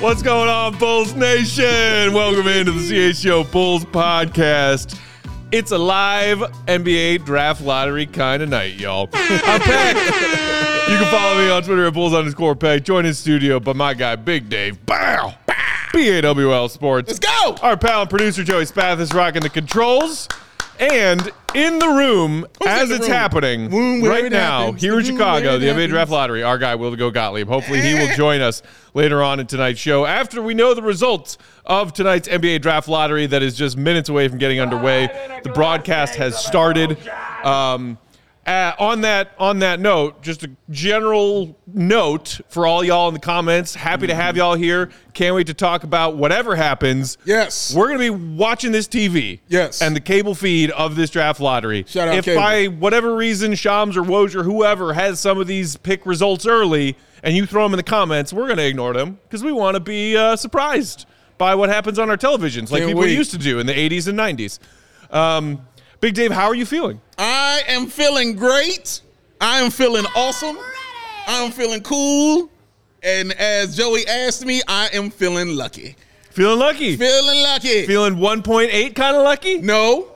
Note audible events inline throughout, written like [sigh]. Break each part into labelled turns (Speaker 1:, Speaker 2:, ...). Speaker 1: What's going on, Bulls Nation? Welcome into the CHO Bulls Podcast. It's a live NBA draft lottery kind of night, y'all. I'm Peck. You can follow me on Twitter at Bulls underscore Peck. Join in studio by my guy, Big Dave. Bow! BAWL Sports. Let's
Speaker 2: go!
Speaker 1: Our pal and producer, Joey Spath, is rocking the controls. And in the room,
Speaker 2: Who's
Speaker 1: as
Speaker 2: in the
Speaker 1: it's
Speaker 2: room?
Speaker 1: happening
Speaker 2: Room where
Speaker 1: right
Speaker 2: it
Speaker 1: now,
Speaker 2: happens.
Speaker 1: here in
Speaker 2: Room
Speaker 1: Chicago,
Speaker 2: where it
Speaker 1: the NBA
Speaker 2: happens.
Speaker 1: Draft Lottery, our guy Will Go Gottlieb. Hopefully, he will join us later on in tonight's show after we know the results of tonight's NBA Draft Lottery that is just minutes away from getting underway. The broadcast has started. Um, uh, on that on that note, just a general note for all y'all in the comments. Happy to have y'all here. Can't wait to talk about whatever happens.
Speaker 2: Yes.
Speaker 1: we're gonna be watching this TV.
Speaker 2: Yes.
Speaker 1: and the cable feed of this draft lottery.
Speaker 2: Shout out
Speaker 1: if
Speaker 2: cable.
Speaker 1: by whatever reason Shams or Woj or whoever has some of these pick results early and you throw them in the comments, we're going to ignore them because we want to be uh, surprised by what happens on our televisions like
Speaker 2: Can't
Speaker 1: people
Speaker 2: wait.
Speaker 1: used to do in the 80s and 90s. Um, Big Dave, how are you feeling?
Speaker 2: I am feeling great. I am feeling awesome. I'm feeling cool. And as Joey asked me, I am feeling lucky.
Speaker 1: Feeling lucky.
Speaker 2: Feeling lucky.
Speaker 1: feeling 1.8 kind of lucky?
Speaker 2: no,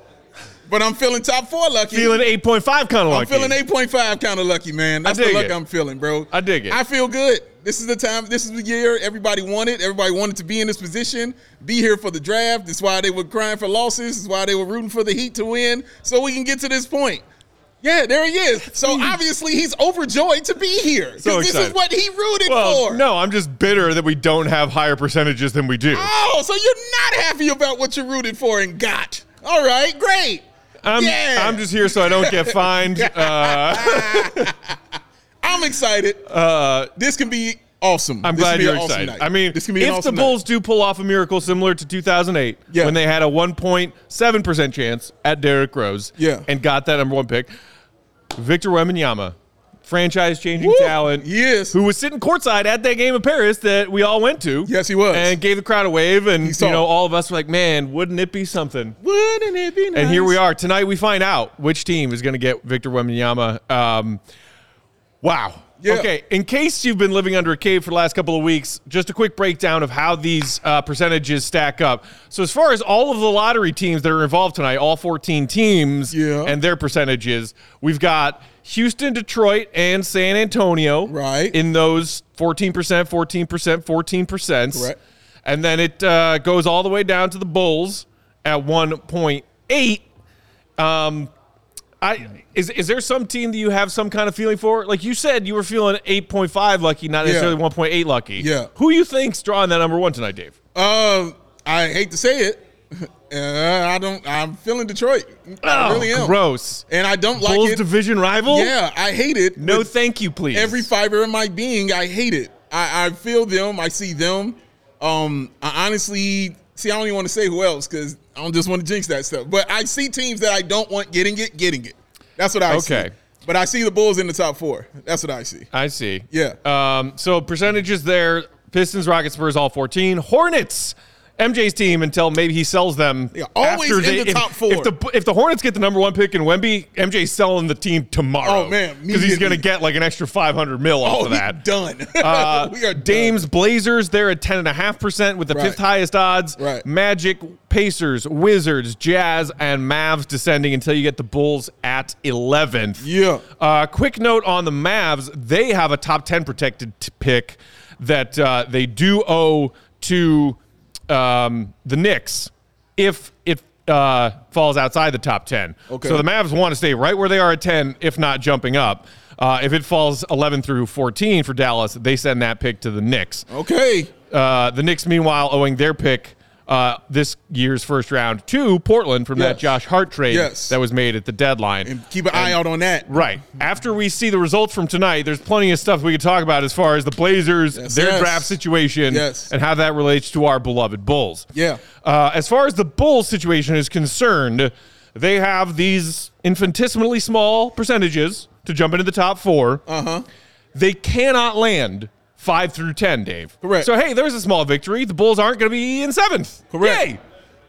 Speaker 2: but I'm feeling top four lucky.
Speaker 1: Feeling 8.5 kind of lucky?
Speaker 2: I'm feeling 8.5 kind of lucky, man. That's the
Speaker 1: dig
Speaker 2: luck
Speaker 1: it.
Speaker 2: I'm feeling, bro.
Speaker 1: I dig it.
Speaker 2: I feel good. This is the time. This is the year everybody wanted. Everybody wanted to be in this position, be here for the draft. That's why they were crying for losses. That's why they were rooting for the Heat to win, so we can get to this point. Yeah, there he is. So
Speaker 1: [laughs]
Speaker 2: obviously he's overjoyed to be here. 'cause
Speaker 1: So
Speaker 2: this
Speaker 1: excited.
Speaker 2: is what he rooted
Speaker 1: Well,
Speaker 2: for.
Speaker 1: no, I'm just bitter that we don't have higher percentages than we do.
Speaker 2: Oh, so you're not happy about what you rooted for and got. All right, great.
Speaker 1: I'm,
Speaker 2: yeah.
Speaker 1: I'm just here so I don't get
Speaker 2: [laughs]
Speaker 1: fined. Uh,
Speaker 2: I'm excited. this can be awesome.
Speaker 1: uh, I'm
Speaker 2: This can
Speaker 1: glad
Speaker 2: be
Speaker 1: you're
Speaker 2: an awesome
Speaker 1: excited.
Speaker 2: night.
Speaker 1: I mean,
Speaker 2: this can be an
Speaker 1: if
Speaker 2: awesome
Speaker 1: the Bulls do pull off a miracle similar to 2008,
Speaker 2: Yeah.
Speaker 1: when they had a 1.7% chance at Derrick Rose
Speaker 2: Yeah.
Speaker 1: and got that number one pick, Victor Wembanyama, franchise changing
Speaker 2: Woo!
Speaker 1: talent.
Speaker 2: He is.
Speaker 1: Who was sitting courtside at that game in Paris that we all went to.
Speaker 2: Yes, he was.
Speaker 1: And gave the crowd a wave. And,
Speaker 2: saw.
Speaker 1: you know, all of us were like, man, wouldn't it be something?
Speaker 2: night. Wouldn't it be nice?
Speaker 1: And here we are. Tonight we find out which team is going to get Victor Wembanyama. Um, wow.
Speaker 2: Yeah.
Speaker 1: Okay. In case you've been living under a cave for the last couple of weeks, just a quick breakdown of how these uh, percentages stack up. So as far as all of the lottery teams that are involved tonight, all 14 teams
Speaker 2: Yeah.
Speaker 1: and their percentages, we've got Houston, Detroit, and San Antonio.
Speaker 2: Right.
Speaker 1: In those 14%, 14%, 14%.
Speaker 2: Correct.
Speaker 1: And then it uh, goes all the way down to the Bulls at 1.8. Um, I is is there some team that you have some kind of feeling for? Like you said, you were feeling 8.5 lucky, not necessarily 1.8 lucky.
Speaker 2: Yeah.
Speaker 1: Who you think's drawing that number one tonight, Dave?
Speaker 2: Um, I hate to say it. [laughs] Uh, I don't. I'm feeling Detroit. I really am.
Speaker 1: Oh, gross.
Speaker 2: And I don't like
Speaker 1: Bulls
Speaker 2: it.
Speaker 1: division rival.
Speaker 2: Yeah, I hate it.
Speaker 1: No,
Speaker 2: with
Speaker 1: thank you, please.
Speaker 2: every fiber of my being, I hate it. I, I feel them. I see them. Um, I honestly see. I don't even want to say who else because I don't just want to jinx that stuff. But I see teams that I don't want getting it, getting it. That's what I
Speaker 1: Okay. Uh,
Speaker 2: see. But I see the Bulls in the top four. That's what I see.
Speaker 1: I see.
Speaker 2: Yeah.
Speaker 1: Um, so percentages there: Pistons, Rockets, Spurs, all fourteen. Hornets, MJ's team until maybe he sells them.
Speaker 2: Yeah, always in the
Speaker 1: if-
Speaker 2: top four.
Speaker 1: If the if the Hornets get the number one pick in Wemby, MJ's selling the team tomorrow.
Speaker 2: Oh, man,
Speaker 1: because he's going to
Speaker 2: immediately.
Speaker 1: get like an extra five hundred mil off
Speaker 2: Oh,
Speaker 1: of
Speaker 2: we
Speaker 1: that.
Speaker 2: done. [laughs]
Speaker 1: Uh,
Speaker 2: we are done.
Speaker 1: Dames Blazers, they're at 10.5% with the
Speaker 2: Right.
Speaker 1: fifth highest odds.
Speaker 2: Right.
Speaker 1: Magic, Pacers, Wizards, Jazz, and Mavs descending until you get the Bulls at 11th.
Speaker 2: Yeah.
Speaker 1: Uh, quick note on the Mavs they have a top 10 protected t- pick that uh, they do owe to um, the Knicks if it uh, falls outside the top 10.
Speaker 2: Okay.
Speaker 1: So the Mavs want to stay right where they are at 10, if not jumping up. Uh, if it falls 11 through 14 for Dallas, they send that pick to the Knicks.
Speaker 2: Okay.
Speaker 1: Uh, the Knicks, meanwhile, owing their pick uh, this year's first round to Portland from that
Speaker 2: Yes.
Speaker 1: Josh Hart trade
Speaker 2: Yes.
Speaker 1: that was made at the deadline.
Speaker 2: And keep an eye out on that.
Speaker 1: Right. After we see the results from tonight, there's plenty of stuff we could talk about as far as the Blazers,
Speaker 2: Yes,
Speaker 1: their
Speaker 2: yes.
Speaker 1: draft situation,
Speaker 2: Yes.
Speaker 1: and how that relates to our beloved Bulls.
Speaker 2: Yeah.
Speaker 1: Uh, as far as the Bulls situation is concerned, they have these infinitesimally small percentages to jump into the top four. Uh
Speaker 2: Uh-huh.
Speaker 1: huh. They cannot land five through 10, Dave.
Speaker 2: Correct.
Speaker 1: So, hey, there's a small victory. The Bulls aren't going to be in seventh.
Speaker 2: Correct.
Speaker 1: Yay.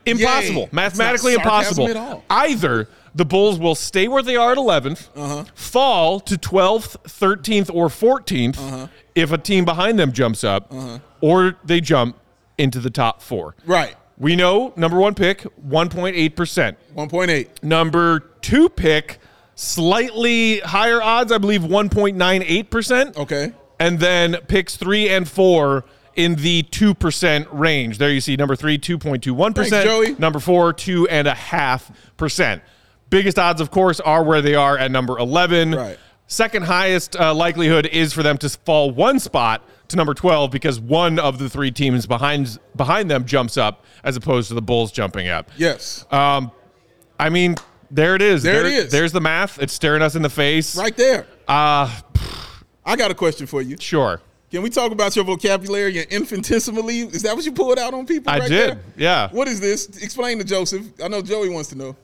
Speaker 1: Impossible.
Speaker 2: It's not
Speaker 1: Mathematically
Speaker 2: sarcasm
Speaker 1: impossible.
Speaker 2: at all.
Speaker 1: Either the Bulls will stay where they are at 11th,
Speaker 2: Uh-huh.
Speaker 1: fall to 12th, 13th, or 14th
Speaker 2: Uh-huh.
Speaker 1: if a team behind them jumps up, or they jump into the top four.
Speaker 2: Right.
Speaker 1: We know number one pick, 1.8%.
Speaker 2: 1.8.
Speaker 1: Number two pick, slightly higher odds, I believe 1.98%.
Speaker 2: Okay.
Speaker 1: And then picks three and four in the 2% range. There you see number three, 2.21%.
Speaker 2: Thanks, Joey.
Speaker 1: Number four, 2.5%. Biggest odds, of course, are where they are at number 11.
Speaker 2: Right.
Speaker 1: Second highest uh, likelihood is for them to fall one spot to number 12 because one of the three teams behind behind them jumps up as opposed to the Bulls jumping up.
Speaker 2: Yes.
Speaker 1: Uh, I mean, there it is.
Speaker 2: There it is.
Speaker 1: There's the math. It's staring us in the face.
Speaker 2: right there.
Speaker 1: Uh,
Speaker 2: I got a question for you.
Speaker 1: sure.
Speaker 2: Can we talk about your vocabulary and infinitesimally? Is that what you pulled out on people?
Speaker 1: I
Speaker 2: right
Speaker 1: did,
Speaker 2: there?
Speaker 1: yeah.
Speaker 2: What is this? Explain to Joseph. I know Joey wants to know.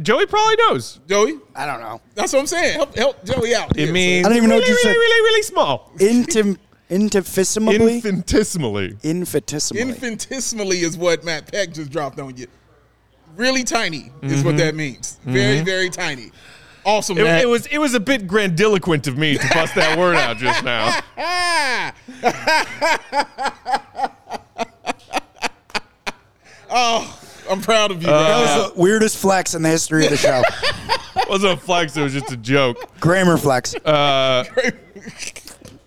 Speaker 1: Joey probably knows.
Speaker 2: Joey,
Speaker 3: I don't know.
Speaker 2: that's what I'm saying. Help, help Joey out.
Speaker 1: It
Speaker 2: here.
Speaker 1: means
Speaker 3: I don't even know
Speaker 1: really,
Speaker 3: what you
Speaker 1: really,
Speaker 3: said.
Speaker 1: really, really small.
Speaker 3: Intim, intifisimally?
Speaker 1: Infinitesimally.
Speaker 3: Infinitesimally.
Speaker 2: infinitesimally is what Matt Peck just dropped on you. Really tiny is what that means. Very very tiny. Awesome.
Speaker 1: Mm-hmm. It,
Speaker 2: Matt.
Speaker 1: it was it was a bit grandiloquent of me to bust that word out just
Speaker 3: [laughs]
Speaker 1: now.
Speaker 2: Ah! oh, I'm proud of you.
Speaker 1: Uh,
Speaker 3: that
Speaker 2: man.
Speaker 3: was the weirdest flex in the history of
Speaker 1: [laughs]
Speaker 3: the show.
Speaker 1: It wasn't a flex, it was just a joke.
Speaker 3: Grammar flex.
Speaker 1: Uh,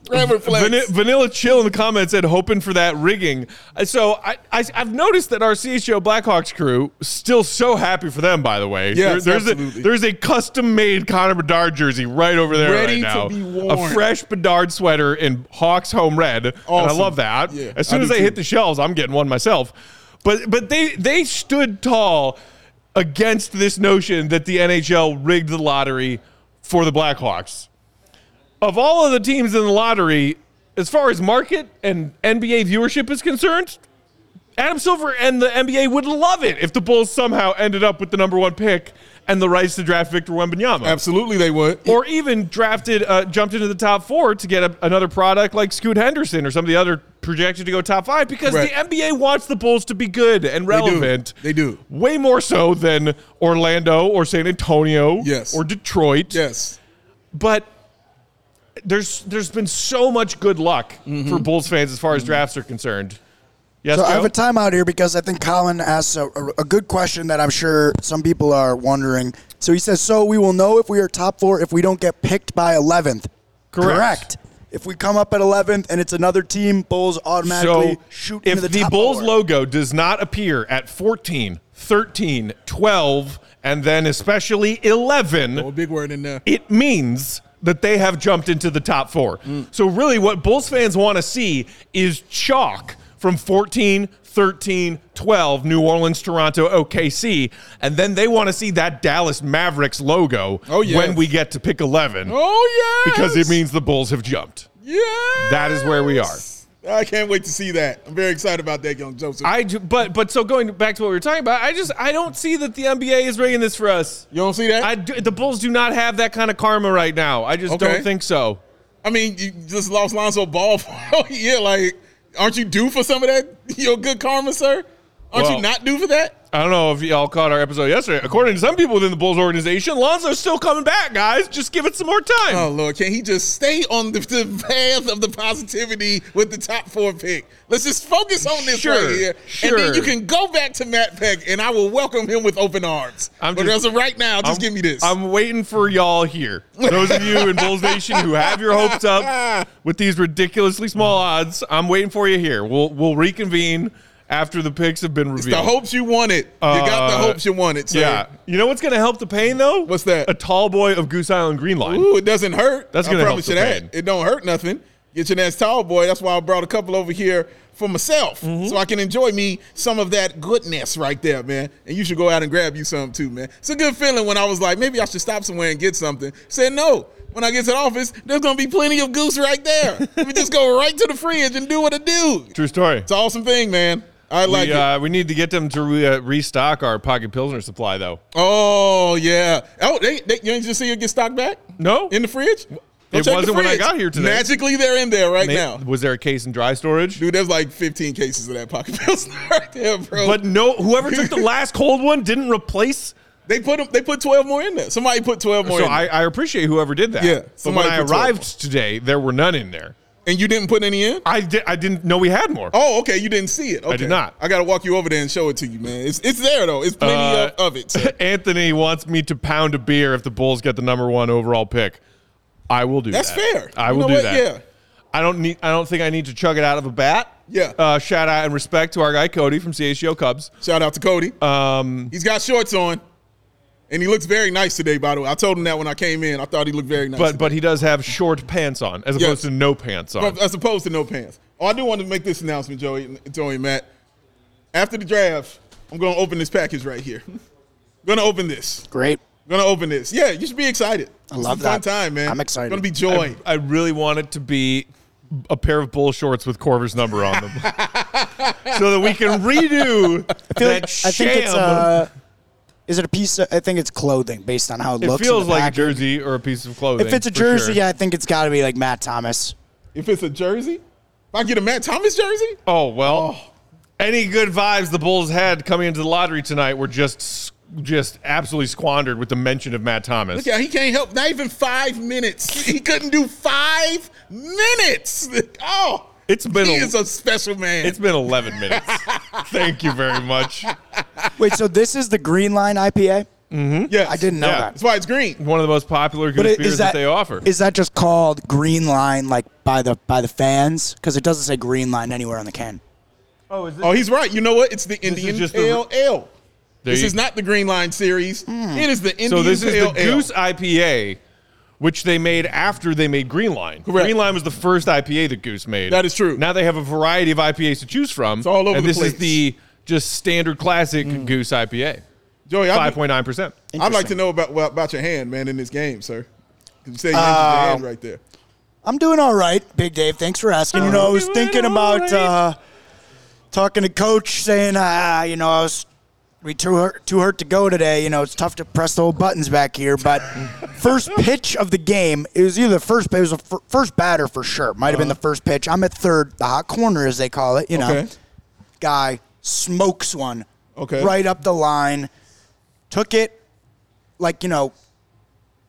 Speaker 2: Grammar flex.
Speaker 1: Vani- Vanilla Chill in the comments said, hoping for that rigging. Uh, So I, I, I've noticed that our CHO Blackhawks crew, still so happy for them, by the way.
Speaker 2: Yes,
Speaker 1: there's, a,
Speaker 2: absolutely.
Speaker 1: there's a custom made Connor Bedard jersey right over there
Speaker 2: Ready
Speaker 1: right now.
Speaker 2: to be worn.
Speaker 1: A fresh Bedard sweater in Hawks home red. And I
Speaker 2: Awesome.
Speaker 1: love that.
Speaker 2: Yeah,
Speaker 1: as soon
Speaker 2: I
Speaker 1: as
Speaker 2: do
Speaker 1: they
Speaker 2: too.
Speaker 1: hit the shelves, I'm getting one myself. But, but they, they stood tall against this notion that the NHL rigged the lottery for the Blackhawks of all of the teams in the lottery, as far as market and NBA viewership is concerned, Adam Silver and the NBA would love it if the Bulls somehow ended up with the number one pick and the rights to draft Victor Wembanyama.
Speaker 2: Absolutely, they would.
Speaker 1: Or even drafted, uh, jumped into the top four to get a, another product like Scoot Henderson or some of the other projected to go top five because
Speaker 2: Right.
Speaker 1: the NBA wants the Bulls to be good and
Speaker 2: do.
Speaker 1: relevant.
Speaker 2: They do.
Speaker 1: Way more so than Orlando or San Antonio
Speaker 2: Yes.
Speaker 1: or Detroit
Speaker 2: Yes.
Speaker 1: but there's there's been so much good luck for Bulls fans as far as drafts are concerned. Yes,
Speaker 3: Mm-hmm. So I
Speaker 1: Joe?
Speaker 3: have a timeout here because I think Colin asks a, a good question that I'm sure some people are wondering. So he says, "So we will know if we are top four if we don't get picked by 11th."
Speaker 1: Correct.
Speaker 3: If we come up at 11th and it's another team, Bulls automatically
Speaker 1: so
Speaker 3: shoot
Speaker 1: if
Speaker 3: into the,
Speaker 1: the,
Speaker 3: top
Speaker 1: Bulls
Speaker 3: four.
Speaker 1: logo does not appear at 14, 13, 12, and then especially 11,
Speaker 2: Oh, big word in there.
Speaker 1: it means that they have jumped into the top four.
Speaker 2: Mm.
Speaker 1: So, really, what Bulls fans want to see is chalk from 14, 13, 12, New Orleans, Toronto, OKC. And then they want to see that Dallas Mavericks logo
Speaker 2: Oh, yes.
Speaker 1: when we get to pick 11
Speaker 2: Oh yeah.
Speaker 1: because it means the Bulls have jumped.
Speaker 2: Yeah.
Speaker 1: That is where we are.
Speaker 2: I can't wait to see that. I'm very excited about that, young Joseph.
Speaker 1: I ju- but but so going back to what we were talking about, I just I don't see that the NBA is rigging this for us.
Speaker 2: you don't see that?
Speaker 1: I
Speaker 2: I,
Speaker 1: do, the Bulls do not have that kind of karma right now. I just
Speaker 2: Okay.
Speaker 1: don't think so.
Speaker 2: mean, you just lost Lonzo Ball for [laughs] oh, yeah. Like, aren't you due for some of that? [laughs] Your good karma, sir. Aren't
Speaker 1: Well-
Speaker 2: you not due for that?
Speaker 1: I don't know if y'all caught our episode yesterday. According to some people within the Bulls organization, Lonzo's still coming back, guys. Just give it some more time.
Speaker 2: Oh Lord, can he just stay on the, the path of the positivity with the top four pick? Let's just focus on this
Speaker 1: Sure,
Speaker 2: right here,
Speaker 1: sure.
Speaker 2: and then you can go back to Matt Peck, and I will welcome him with open arms.
Speaker 1: I'm
Speaker 2: but
Speaker 1: just-
Speaker 2: as of right now, just
Speaker 1: I'm-
Speaker 2: give me this.
Speaker 1: I'm waiting for y'all here. Those of you in Bulls Nation who have your hopes
Speaker 2: [laughs]
Speaker 1: up with these ridiculously small odds, I'm waiting for you here. We'll we'll reconvene after the picks have been revealed.
Speaker 2: the hopes you wanted, you got the
Speaker 1: Uh,
Speaker 2: hopes you wanted. Sir.
Speaker 1: yeah. You know what's going to help the pain though?
Speaker 2: What's that?
Speaker 1: A tall boy of Goose Island Green Line.
Speaker 2: Ooh, it doesn't hurt.
Speaker 1: That's
Speaker 2: I
Speaker 1: gonna help
Speaker 2: promise you
Speaker 1: the
Speaker 2: that.
Speaker 1: pain.
Speaker 2: It don't hurt nothing. Get your ass tall boy. That's why I brought a couple over here for myself
Speaker 1: Mm-hmm.
Speaker 2: so I can enjoy me some of that goodness right there, man. And you should go out and grab you some too, man. It's a good feeling when I was like, maybe I should stop somewhere and get something. Said no. When I get to the office, there's gonna be plenty of goose
Speaker 1: [laughs]
Speaker 2: right there. Let me just go right to the fridge and do what I do.
Speaker 1: True story.
Speaker 2: It's an awesome thing, man. I like
Speaker 1: we,
Speaker 2: it.
Speaker 1: uh, we need to get them to re- uh, restock our pocket pilsner supply, though.
Speaker 2: Oh yeah. Oh, they, they you didn't just see it get stocked back
Speaker 1: No,
Speaker 2: in the fridge. Go
Speaker 1: It
Speaker 2: check the
Speaker 1: wasn't when I
Speaker 2: fridge.
Speaker 1: got here today.
Speaker 2: Magically, they're in there right
Speaker 1: Ma-
Speaker 2: now.
Speaker 1: was there a case in dry storage?
Speaker 2: Dude, there's like 15 cases of that pocket [laughs] pills right there, bro.
Speaker 1: But no, whoever took
Speaker 2: [laughs]
Speaker 1: the last cold one didn't replace.
Speaker 2: they put 'em- they put 12 more in there. Somebody put 12 more
Speaker 1: So
Speaker 2: in
Speaker 1: I,
Speaker 2: there.
Speaker 1: I appreciate whoever did that.
Speaker 2: Yeah,
Speaker 1: But when
Speaker 2: somebody
Speaker 1: I
Speaker 2: put two of
Speaker 1: arrived today, there were none in there.
Speaker 2: and you didn't put any in?
Speaker 1: I did. I didn't know we had more.
Speaker 2: Oh, okay. You didn't see it. Okay.
Speaker 1: did not.
Speaker 2: I gotta walk you over there and show it to you, man. It's it's there though. It's plenty
Speaker 1: Uh,
Speaker 2: of, of
Speaker 1: [laughs]
Speaker 2: it. so.
Speaker 1: Anthony wants me to pound a beer if the Bulls get the number one overall pick. I will do
Speaker 2: That's
Speaker 1: that.
Speaker 2: fair.
Speaker 1: I
Speaker 2: You
Speaker 1: will
Speaker 2: know
Speaker 1: do
Speaker 2: what?
Speaker 1: that.
Speaker 2: Yeah.
Speaker 1: I don't need. I don't think I need to chug it out of a bat.
Speaker 2: Yeah.
Speaker 1: Uh, shout out and respect to our guy Cody from CHGO Cubs.
Speaker 2: Shout out to Cody.
Speaker 1: Um,
Speaker 2: He's got shorts on. And he looks very nice today, by the way. I told him that when I came in. I thought he looked very nice.
Speaker 1: but but he does have short pants on as opposed to no pants on.
Speaker 2: Well, as opposed to no pants. Oh, I do want to make this announcement, Joey, Joey and Matt. After the draft, I'm going to open this package right here. [laughs] going to open this.
Speaker 3: Great.
Speaker 2: going to open this. Yeah, you should be excited. I
Speaker 3: love
Speaker 2: Fun
Speaker 3: that.
Speaker 2: time, man.
Speaker 3: I'm excited.
Speaker 2: Going to be joy.
Speaker 1: I really want it to be a pair of bull shorts with Corver's number on
Speaker 2: [laughs]
Speaker 1: them, so that we can redo
Speaker 3: feel
Speaker 1: that
Speaker 3: like-
Speaker 1: sham.
Speaker 3: I think it's uh, is it a piece? Of, I think it's clothing based on how it,
Speaker 1: it
Speaker 3: looks. in
Speaker 1: feels
Speaker 3: the
Speaker 1: like
Speaker 3: package.
Speaker 1: a jersey or a piece of clothing.
Speaker 3: If it's a
Speaker 1: for
Speaker 3: jersey,
Speaker 1: sure.
Speaker 3: yeah, I think it's got to be like Matt Thomas.
Speaker 2: if it's a jersey, if I get a Matt Thomas jersey,
Speaker 1: Oh well. Any good vibes the Bulls had coming into the lottery tonight were just just absolutely squandered with the mention of Matt Thomas.
Speaker 2: look out, he can't help. Not even five minutes. He couldn't do five minutes. [laughs] Oh,
Speaker 1: It's been
Speaker 2: he
Speaker 1: a-
Speaker 2: is a special man.
Speaker 1: It's been 11
Speaker 2: [laughs]
Speaker 1: minutes. Thank you very much.
Speaker 3: Wait, so this is the Green Line IPA?
Speaker 2: yes.
Speaker 3: I didn't know
Speaker 1: Mm-hmm. Yeah.
Speaker 3: that.
Speaker 2: That's why it's green.
Speaker 1: One of the most popular
Speaker 3: But
Speaker 1: goose
Speaker 3: it-
Speaker 1: beers
Speaker 3: is
Speaker 1: that,
Speaker 3: that
Speaker 1: they offer.
Speaker 3: Is that just called Green Line, like by the by the fans? Because it doesn't say Green Line anywhere on the can.
Speaker 1: oh, is this?
Speaker 2: Oh, he's right. You know what? It's the Indian
Speaker 1: just the-
Speaker 2: Pale Ale. This is not the Green Line series.
Speaker 3: Hmm.
Speaker 2: It is the Indian
Speaker 1: So this is
Speaker 2: Pale
Speaker 1: the
Speaker 2: Ale.
Speaker 1: Goose IPA, which they made after they made Green Line.
Speaker 2: Correct.
Speaker 1: Green Line was the first IPA that Goose made.
Speaker 2: That is true.
Speaker 1: Now they have a variety of IPAs to choose from. It's
Speaker 2: all over
Speaker 1: And
Speaker 2: the
Speaker 1: this
Speaker 2: place. Mm.
Speaker 1: is the just standard classic Goose IPA,
Speaker 2: Joey, I'd,
Speaker 1: five
Speaker 2: be-
Speaker 1: point nine percent.
Speaker 2: I'd like to know about well, about your hand, man, in this game, sir. 'Cause You say you injured your hand
Speaker 3: Um,
Speaker 2: right there.
Speaker 3: I'm doing all right, Big Dave. Thanks for asking. You know, I was
Speaker 1: doing
Speaker 3: thinking
Speaker 1: all
Speaker 3: about
Speaker 1: right.
Speaker 3: uh, talking to coach, saying, uh, you know, I was we too hurt, too hurt to go today. You know, it's tough to press the old buttons back here. But first pitch of the game, it was either the first, it was the fir- first batter for sure. Might have been
Speaker 1: Uh-huh.
Speaker 3: the first pitch. I'm at third, the hot corner as they call it. You know,
Speaker 2: Okay.
Speaker 3: guy smokes one
Speaker 2: Okay.
Speaker 3: right up the line, took it like you know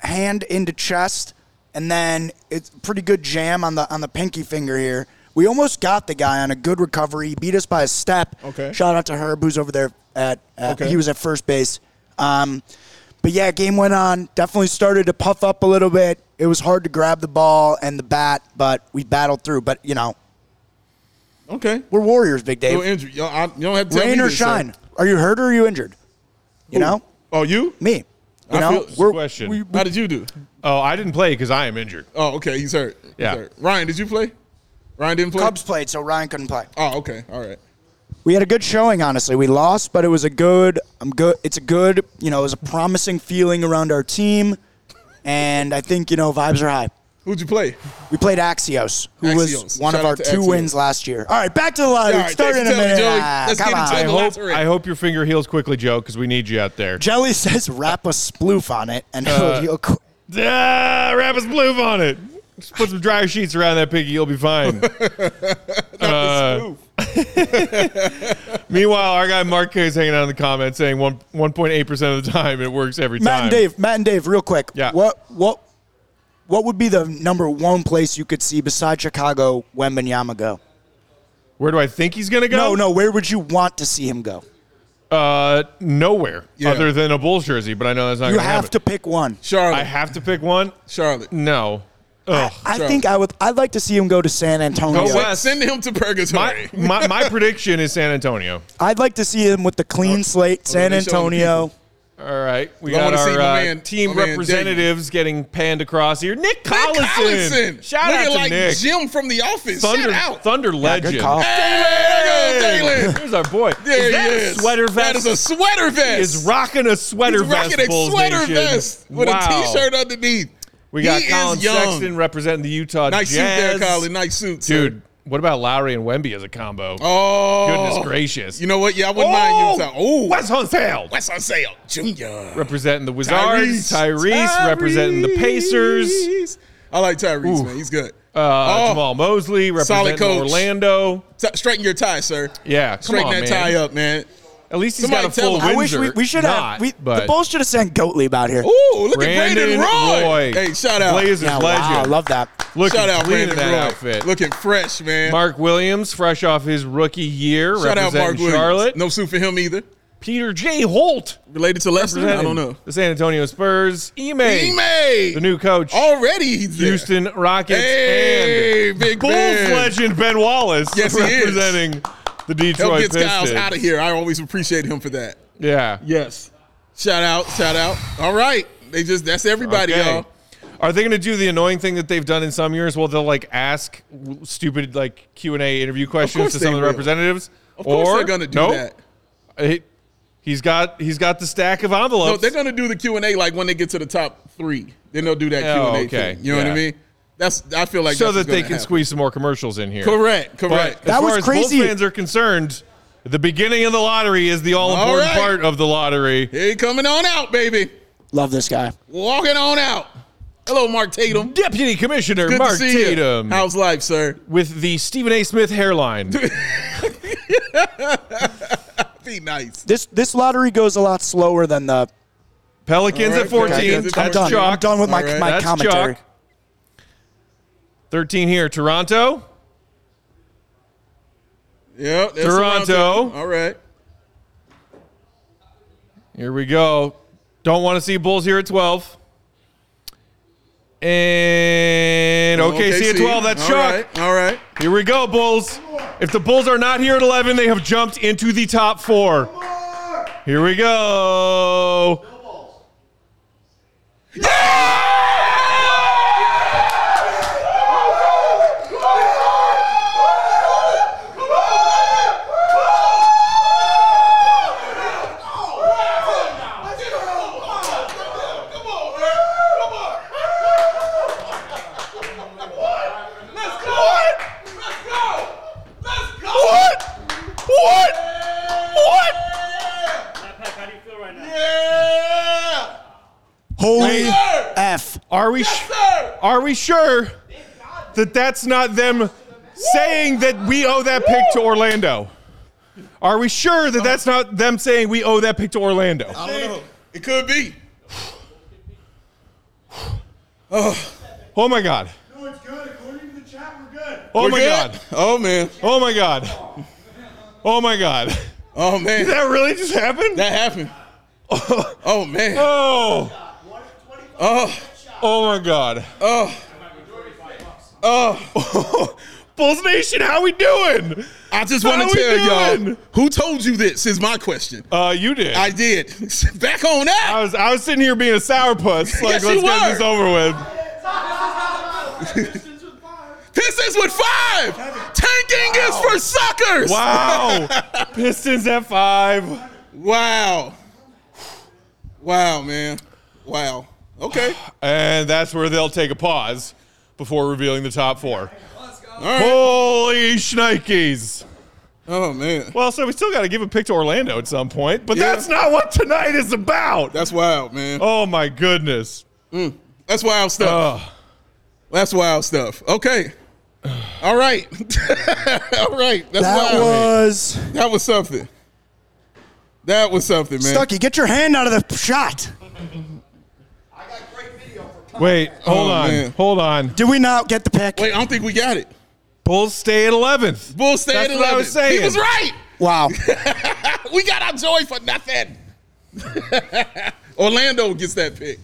Speaker 3: hand into chest, and then it's pretty good jam on the on the pinky finger here. We almost got the guy on a good recovery. He beat us by a step.
Speaker 2: Okay.
Speaker 3: Shout out to Herb, who's over there at. at
Speaker 2: Okay.
Speaker 3: He was at first base. Um, but yeah, game went on. Definitely started to puff up a little bit. It was hard to grab the ball and the bat, but we battled through. But you know,
Speaker 2: Okay.
Speaker 3: we're warriors, Big
Speaker 2: No
Speaker 3: Dave.
Speaker 2: injury. You don't, I, you don't have to tell
Speaker 3: Rain
Speaker 2: me
Speaker 3: or
Speaker 2: this, sir.
Speaker 3: shine, are you hurt or are you injured? You know,
Speaker 2: Oh, you?
Speaker 3: me. You
Speaker 2: I
Speaker 3: know,
Speaker 2: feel-
Speaker 3: we're,
Speaker 1: Question.
Speaker 3: we-
Speaker 2: How did you do?
Speaker 1: Oh, I didn't play because I am injured.
Speaker 2: Oh, okay. He's hurt. He's
Speaker 1: Yeah.
Speaker 2: hurt. Ryan, did you play? Ryan didn't play.
Speaker 3: Cubs played, so Ryan couldn't play.
Speaker 2: Oh, okay. All right.
Speaker 3: We had a good showing, honestly. We lost, but it was a good. I'm good. It's a good. You know, it was a promising feeling around our team, and I think you know vibes are high.
Speaker 2: Who'd you play?
Speaker 3: We played Axios, who was
Speaker 2: Axios.
Speaker 3: one
Speaker 2: Shout
Speaker 3: of
Speaker 2: out
Speaker 3: our
Speaker 2: to
Speaker 3: two
Speaker 2: Axios.
Speaker 3: wins last year. All right, back to the lottery.
Speaker 2: All right,
Speaker 3: Start
Speaker 2: thanks
Speaker 3: in
Speaker 2: for
Speaker 3: a
Speaker 2: telling me,
Speaker 3: minute.
Speaker 2: Joey.
Speaker 3: Ah,
Speaker 2: Let's
Speaker 3: come
Speaker 2: get into
Speaker 3: on.
Speaker 1: I
Speaker 2: the
Speaker 1: hope,
Speaker 2: lottery.
Speaker 1: I hope your finger heals quickly, Joe, because we need you out there.
Speaker 3: Jelly says wrap a sploof on it, and
Speaker 2: Uh,
Speaker 3: he'll, he'll qu-
Speaker 1: [laughs] Ah, wrap his blue on it. Just put some dry sheets around that piggy. You'll be
Speaker 2: [laughs]
Speaker 1: fine. Uh,
Speaker 2: Ooh.
Speaker 1: meanwhile, our guy Mark K is hanging out in the comments saying one one point eight percent of the time it works every
Speaker 3: Matt
Speaker 1: time.
Speaker 3: and Dave. Matt and Dave, real quick.
Speaker 1: Yeah.
Speaker 3: What what what would be the number one place you could see besides Chicago? Wembenyama go?
Speaker 1: Where do I think he's gonna go?
Speaker 3: No, no. Where would you want to see him go?
Speaker 1: Uh, nowhere
Speaker 2: Yeah.
Speaker 1: other than a Bulls jersey. But I know that's not.
Speaker 3: You
Speaker 1: gonna
Speaker 3: have to
Speaker 1: happen.
Speaker 3: pick one.
Speaker 2: Charlotte.
Speaker 1: I have to pick one.
Speaker 2: Charlotte.
Speaker 1: No. Ugh.
Speaker 3: I
Speaker 2: Sure.
Speaker 3: think I would. I'd like to see him go to San Antonio.
Speaker 1: Go
Speaker 2: Send-
Speaker 1: West.
Speaker 2: Send him to
Speaker 1: My,
Speaker 2: purgatory.
Speaker 1: my
Speaker 2: [laughs]
Speaker 1: my prediction is San Antonio.
Speaker 3: I'd like to see him with the clean slate, San
Speaker 2: they showing the
Speaker 3: Antonio.
Speaker 1: Uh, All right, we
Speaker 2: I
Speaker 1: got
Speaker 2: wanna see
Speaker 1: our
Speaker 2: my
Speaker 1: uh,
Speaker 2: man-
Speaker 1: team
Speaker 2: my man Diggy.
Speaker 1: representatives getting panned across here. Nick Collison,
Speaker 2: Nick Collison.
Speaker 1: shout
Speaker 2: Looking
Speaker 1: out to
Speaker 2: like
Speaker 1: Nick,
Speaker 2: Jim from The Office.
Speaker 1: Thunder,
Speaker 2: Shout out.
Speaker 1: Thunder
Speaker 3: Yeah,
Speaker 1: legend.
Speaker 3: good call.
Speaker 2: Hey, there you go, [laughs] Dalen.
Speaker 1: Here's our boy.
Speaker 2: There
Speaker 1: is that
Speaker 2: he
Speaker 1: a
Speaker 2: is.
Speaker 1: sweater vest?
Speaker 2: That is a sweater vest.
Speaker 1: He is rocking a sweater
Speaker 2: He's
Speaker 1: vest.
Speaker 2: rocking a
Speaker 1: Bulls
Speaker 2: sweater
Speaker 1: Nation.
Speaker 2: vest with
Speaker 1: Wow.
Speaker 2: a t-shirt underneath.
Speaker 1: We got
Speaker 2: he
Speaker 1: Colin
Speaker 2: is young.
Speaker 1: Sexton representing the Utah
Speaker 2: Nice
Speaker 1: Jazz.
Speaker 2: suit there, Colin. Nice suit, sir.
Speaker 1: Dude, what about Lowry and Wemby as a combo?
Speaker 2: Oh
Speaker 1: Goodness gracious.
Speaker 2: You know what? Yeah, I wouldn't mind Utah. Oh,
Speaker 1: Wes Hunsell
Speaker 2: West on sale, Junior.
Speaker 1: representing the Wizards. Tyrese,
Speaker 2: Tyrese.
Speaker 1: representing the Pacers.
Speaker 2: I like Tyrese, man. He's good.
Speaker 1: Uh,
Speaker 2: Oh.
Speaker 1: Jamal Mosley representing
Speaker 2: coach.
Speaker 1: Orlando.
Speaker 2: T- straighten your tie, sir.
Speaker 1: Yeah, come
Speaker 2: Straighten
Speaker 1: on,
Speaker 2: that
Speaker 1: man.
Speaker 2: tie up, man.
Speaker 1: At least he's
Speaker 2: Somebody
Speaker 1: got a full
Speaker 2: tell
Speaker 3: I
Speaker 1: Windsor.
Speaker 2: him.
Speaker 3: wish we, we should
Speaker 1: Not,
Speaker 3: have. We,
Speaker 1: but
Speaker 3: the Bulls should have sent Goatly out here.
Speaker 2: Ooh, look
Speaker 1: Brandon,
Speaker 2: at Brandon Roy.
Speaker 1: Roy.
Speaker 2: Hey, shout out.
Speaker 1: Blazers
Speaker 3: yeah, wow,
Speaker 1: legend.
Speaker 3: love that.
Speaker 1: Looking
Speaker 2: shout out,
Speaker 1: clean in
Speaker 2: Brandon
Speaker 1: that
Speaker 2: Roy.
Speaker 1: outfit.
Speaker 2: Looking fresh, man.
Speaker 1: Mark Williams, fresh off his rookie year,
Speaker 2: shout out,
Speaker 1: representing
Speaker 2: Mark Williams.
Speaker 1: Charlotte.
Speaker 2: No suit for him either.
Speaker 1: Peter J. Holt,
Speaker 2: Related to Lester? I
Speaker 1: representing
Speaker 2: don't know.
Speaker 1: the San Antonio Spurs. Ime,
Speaker 2: Ime. Oh,
Speaker 1: the new coach,
Speaker 2: Already he's there.
Speaker 1: Houston Rockets,
Speaker 2: Hey,
Speaker 1: and
Speaker 2: Big
Speaker 1: Bulls
Speaker 2: Ben.
Speaker 1: legend Ben Wallace,
Speaker 2: Yes, he is.
Speaker 1: representing the Detroit
Speaker 2: Help get
Speaker 1: Pistons.
Speaker 2: Skiles out of here. I always appreciate him for that.
Speaker 1: Yeah,
Speaker 2: Yes. Shout out, shout out. All right. They just that's everybody,
Speaker 1: Okay.
Speaker 2: y'all.
Speaker 1: Are they going to do the annoying thing that they've done in some years? Well, they'll like ask w- stupid like Q and A interview questions
Speaker 2: course
Speaker 1: to some
Speaker 2: they
Speaker 1: of the
Speaker 2: will.
Speaker 1: representatives.
Speaker 2: Of course
Speaker 1: or,
Speaker 2: they're gonna do
Speaker 1: nope,
Speaker 2: that.
Speaker 1: He, he's got he's got the stack of
Speaker 2: No,
Speaker 1: envelopes.
Speaker 2: they're gonna do the Q and A like when they get to the top three. Then they'll do that Q
Speaker 1: Oh,
Speaker 2: and A
Speaker 1: okay.
Speaker 2: thing. You know what
Speaker 1: Yeah.
Speaker 2: I mean? That's I feel like
Speaker 1: so
Speaker 2: that's
Speaker 1: that
Speaker 2: what's
Speaker 1: they
Speaker 2: gonna
Speaker 1: can
Speaker 2: happen.
Speaker 1: squeeze some more commercials in here.
Speaker 2: Correct,
Speaker 1: But
Speaker 2: correct.
Speaker 1: as
Speaker 3: That
Speaker 1: far
Speaker 3: was
Speaker 1: as Bulls
Speaker 3: crazy.
Speaker 1: fans are concerned, the beginning of the lottery is the all important
Speaker 2: right.
Speaker 1: part of the lottery.
Speaker 2: Hey, coming on out, baby.
Speaker 3: Love this guy.
Speaker 2: Walking on out. Hello, Mark Tatum.
Speaker 1: Deputy Commissioner
Speaker 2: Good
Speaker 1: Mark
Speaker 2: to see
Speaker 1: Tatum
Speaker 2: you. How's life, sir?
Speaker 1: with the Stephen A. Smith
Speaker 2: [laughs]
Speaker 1: hairline.
Speaker 2: Be nice.
Speaker 3: This this lottery goes a lot slower than the.
Speaker 1: Pelicans
Speaker 2: All right,
Speaker 1: at 14.
Speaker 2: Pelicans at
Speaker 3: I'm
Speaker 1: That's
Speaker 2: 14.
Speaker 3: done. I'm
Speaker 1: chalk.
Speaker 3: done with my
Speaker 2: All right.
Speaker 3: my
Speaker 1: That's
Speaker 3: commentary.
Speaker 1: chalk. 13 here, Toronto.
Speaker 2: Yep. that's
Speaker 1: Toronto.
Speaker 2: All right.
Speaker 1: Here we go. Don't want to see Bulls here at 12. And
Speaker 2: Oh,
Speaker 1: OKC at 12. That's
Speaker 2: All
Speaker 1: Shark.
Speaker 2: right, All right.
Speaker 1: Here we go, Bulls. If the Bulls are not here at 11, they have jumped into the top four. Here we go.
Speaker 4: What? What? What?
Speaker 3: Holy f!
Speaker 1: Are we sh- are we sure that that's not them saying that we owe that pick to Orlando? Are we sure that that's not them saying we owe that pick to Orlando?
Speaker 2: I don't know. It could be.
Speaker 1: Oh my god.
Speaker 4: No, it's good. According to the chat, we're good.
Speaker 1: Oh
Speaker 2: We're
Speaker 1: my
Speaker 2: good?
Speaker 1: god.
Speaker 2: Oh man.
Speaker 1: Oh my god. Oh my god. [laughs]
Speaker 2: Oh man.
Speaker 1: Did [laughs] that really just happen? [laughs]
Speaker 2: That happened. Oh man.
Speaker 1: Oh.
Speaker 2: Oh.
Speaker 1: Oh my god.
Speaker 2: Oh.
Speaker 1: Oh. [laughs] Bulls Nation, how we doing?
Speaker 2: I just want
Speaker 1: How
Speaker 2: to
Speaker 1: we
Speaker 2: tell y'all
Speaker 1: doing?
Speaker 2: who told you this is my question.
Speaker 1: Uh, you did.
Speaker 2: I
Speaker 1: I,
Speaker 2: did. [laughs] Back on that.
Speaker 1: was I was sitting here being a sourpuss. Like,
Speaker 2: Yes,
Speaker 1: let's
Speaker 2: you
Speaker 1: get
Speaker 2: were.
Speaker 1: this over with.
Speaker 2: Pistons with five. Tanking is for suckers.
Speaker 1: Wow. [laughs] Pistons at five.
Speaker 2: Wow. Wow, man. Wow. Okay.
Speaker 1: [sighs] And that's where they'll take a pause before revealing the top four.
Speaker 2: All right.
Speaker 1: Holy shnikes.
Speaker 2: Oh man.
Speaker 1: Well, so we still got to give a pick to Orlando at some point, but
Speaker 2: Yeah.
Speaker 1: that's not what tonight is about.
Speaker 2: That's wild, man.
Speaker 1: oh, my goodness.
Speaker 2: That's wild
Speaker 1: Ugh.
Speaker 2: stuff. That's wild stuff. Okay. All right. [laughs] All right. That's
Speaker 3: That
Speaker 2: wild.
Speaker 3: was
Speaker 2: That was something. That was something, man.
Speaker 3: Stucky. Get your hand out of the shot.
Speaker 1: Wait, hold
Speaker 2: Oh,
Speaker 1: on.
Speaker 2: man.
Speaker 1: Hold on.
Speaker 3: Did we not get the pick?
Speaker 2: Wait, I don't think we got it.
Speaker 1: Bulls stay at 11th.
Speaker 2: Bull stayed
Speaker 1: That's
Speaker 2: at 11.
Speaker 1: what I was saying.
Speaker 2: He was right. [laughs]
Speaker 3: Wow.
Speaker 2: We got our joy for nothing. [laughs] Orlando gets that pick.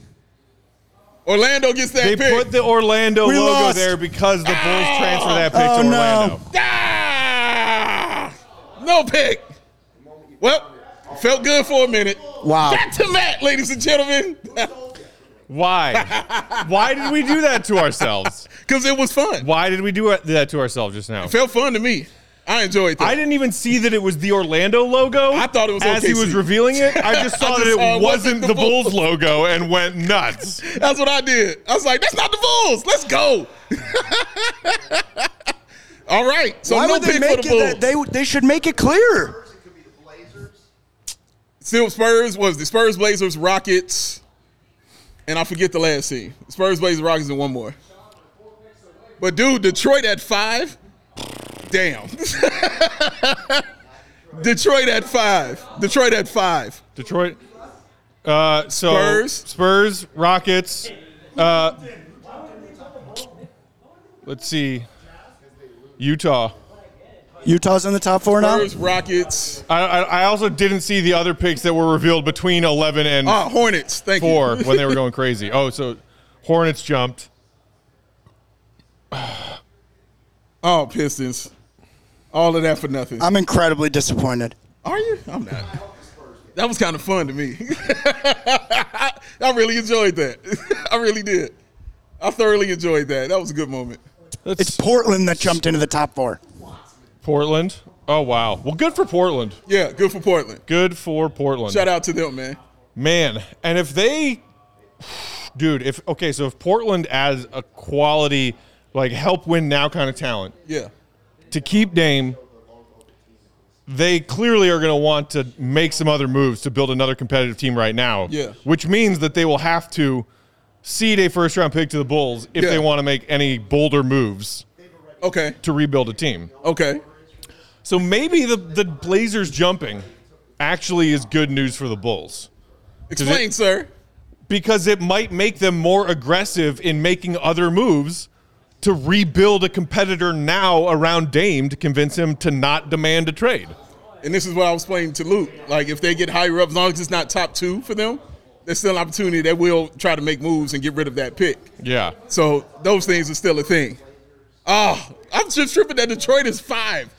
Speaker 2: Orlando gets that
Speaker 1: They
Speaker 2: pick.
Speaker 1: put the Orlando
Speaker 3: We
Speaker 1: logo
Speaker 3: lost.
Speaker 1: there because the Bulls [gasps] transfer that pick
Speaker 3: Oh,
Speaker 1: to
Speaker 3: no.
Speaker 1: Orlando.
Speaker 2: Ah! No pick. Well, Felt good for a minute.
Speaker 3: Wow.
Speaker 2: Back to Matt, ladies and gentlemen, [laughs]
Speaker 1: [laughs] Why? Why did we do that to ourselves?
Speaker 2: because it was fun.
Speaker 1: Why did we do that to ourselves just now?
Speaker 2: Felt fun to me. I enjoyed that.
Speaker 1: I didn't even see that it was the Orlando logo.
Speaker 2: I thought it was
Speaker 1: as he was
Speaker 2: OKC.
Speaker 1: revealing it. I just saw
Speaker 2: [laughs]
Speaker 1: that
Speaker 2: I just
Speaker 1: it
Speaker 2: saw
Speaker 1: wasn't,
Speaker 2: it wasn't
Speaker 1: the,
Speaker 2: the
Speaker 1: Bulls. logo and went
Speaker 2: [laughs]
Speaker 1: nuts.
Speaker 2: That's what I did. I was like, that's not the Bulls. Let's go. [laughs] All right. So
Speaker 3: Why
Speaker 2: no
Speaker 3: would they
Speaker 2: pick
Speaker 3: make
Speaker 2: for the
Speaker 3: it?
Speaker 2: Bulls.
Speaker 3: That they they should make it clear.
Speaker 2: Still Spurs was the Spurs, Blazers, Rockets, and I forget the last team. Spurs, Blazers, Rockets, and one more. But dude, Detroit at five. Damn. [laughs] Detroit at five. Detroit at five.
Speaker 1: Detroit. Uh, so
Speaker 2: Spurs.
Speaker 1: Spurs, Rockets. Uh, let's see. Utah.
Speaker 3: Utah's in the top four now.
Speaker 2: Spurs, Rockets.
Speaker 1: I, I, I also didn't see the other picks that were revealed between 11 and
Speaker 2: Ah, Hornets. Thank
Speaker 1: four
Speaker 2: you.
Speaker 1: when they were going crazy. Oh, so Hornets jumped.
Speaker 2: Oh, Pistons. All of that for nothing.
Speaker 3: I'm incredibly disappointed.
Speaker 2: Are you? I'm not. That was kind of fun to me. [laughs] I really enjoyed that. [laughs] I really did. I thoroughly enjoyed that. That was a good moment.
Speaker 1: That's
Speaker 3: It's Portland that jumped into the top four.
Speaker 1: Portland. Oh wow. Well, good for Portland.
Speaker 2: Yeah, good for Portland.
Speaker 1: Good for Portland.
Speaker 2: Shout out to them, man.
Speaker 1: Man, and if they dude, if okay, so if Portland adds a quality like help win now kind of talent
Speaker 2: Yeah.
Speaker 1: to keep Dame, they clearly are going to want to make some other moves to build another competitive team right now.
Speaker 2: Yeah.
Speaker 1: Which means that they will have to seed a first round pick to the Bulls if
Speaker 2: Yeah.
Speaker 1: they want to make any bolder moves
Speaker 2: Okay.
Speaker 1: to rebuild a team.
Speaker 2: Okay.
Speaker 1: So maybe the, the Blazers jumping actually is good news for the Bulls
Speaker 2: Explain, sir.
Speaker 1: because it might make them more aggressive in making other moves to rebuild a competitor now around Dame to convince him to not demand a trade.
Speaker 2: And this is what I was explaining to Luke. Like, if they get higher up, as long as it's not top two for them, there's still an opportunity that will try to make moves and get rid of that pick.
Speaker 1: Yeah.
Speaker 2: So those things are still a thing. Oh, I'm just tripping that Detroit is five.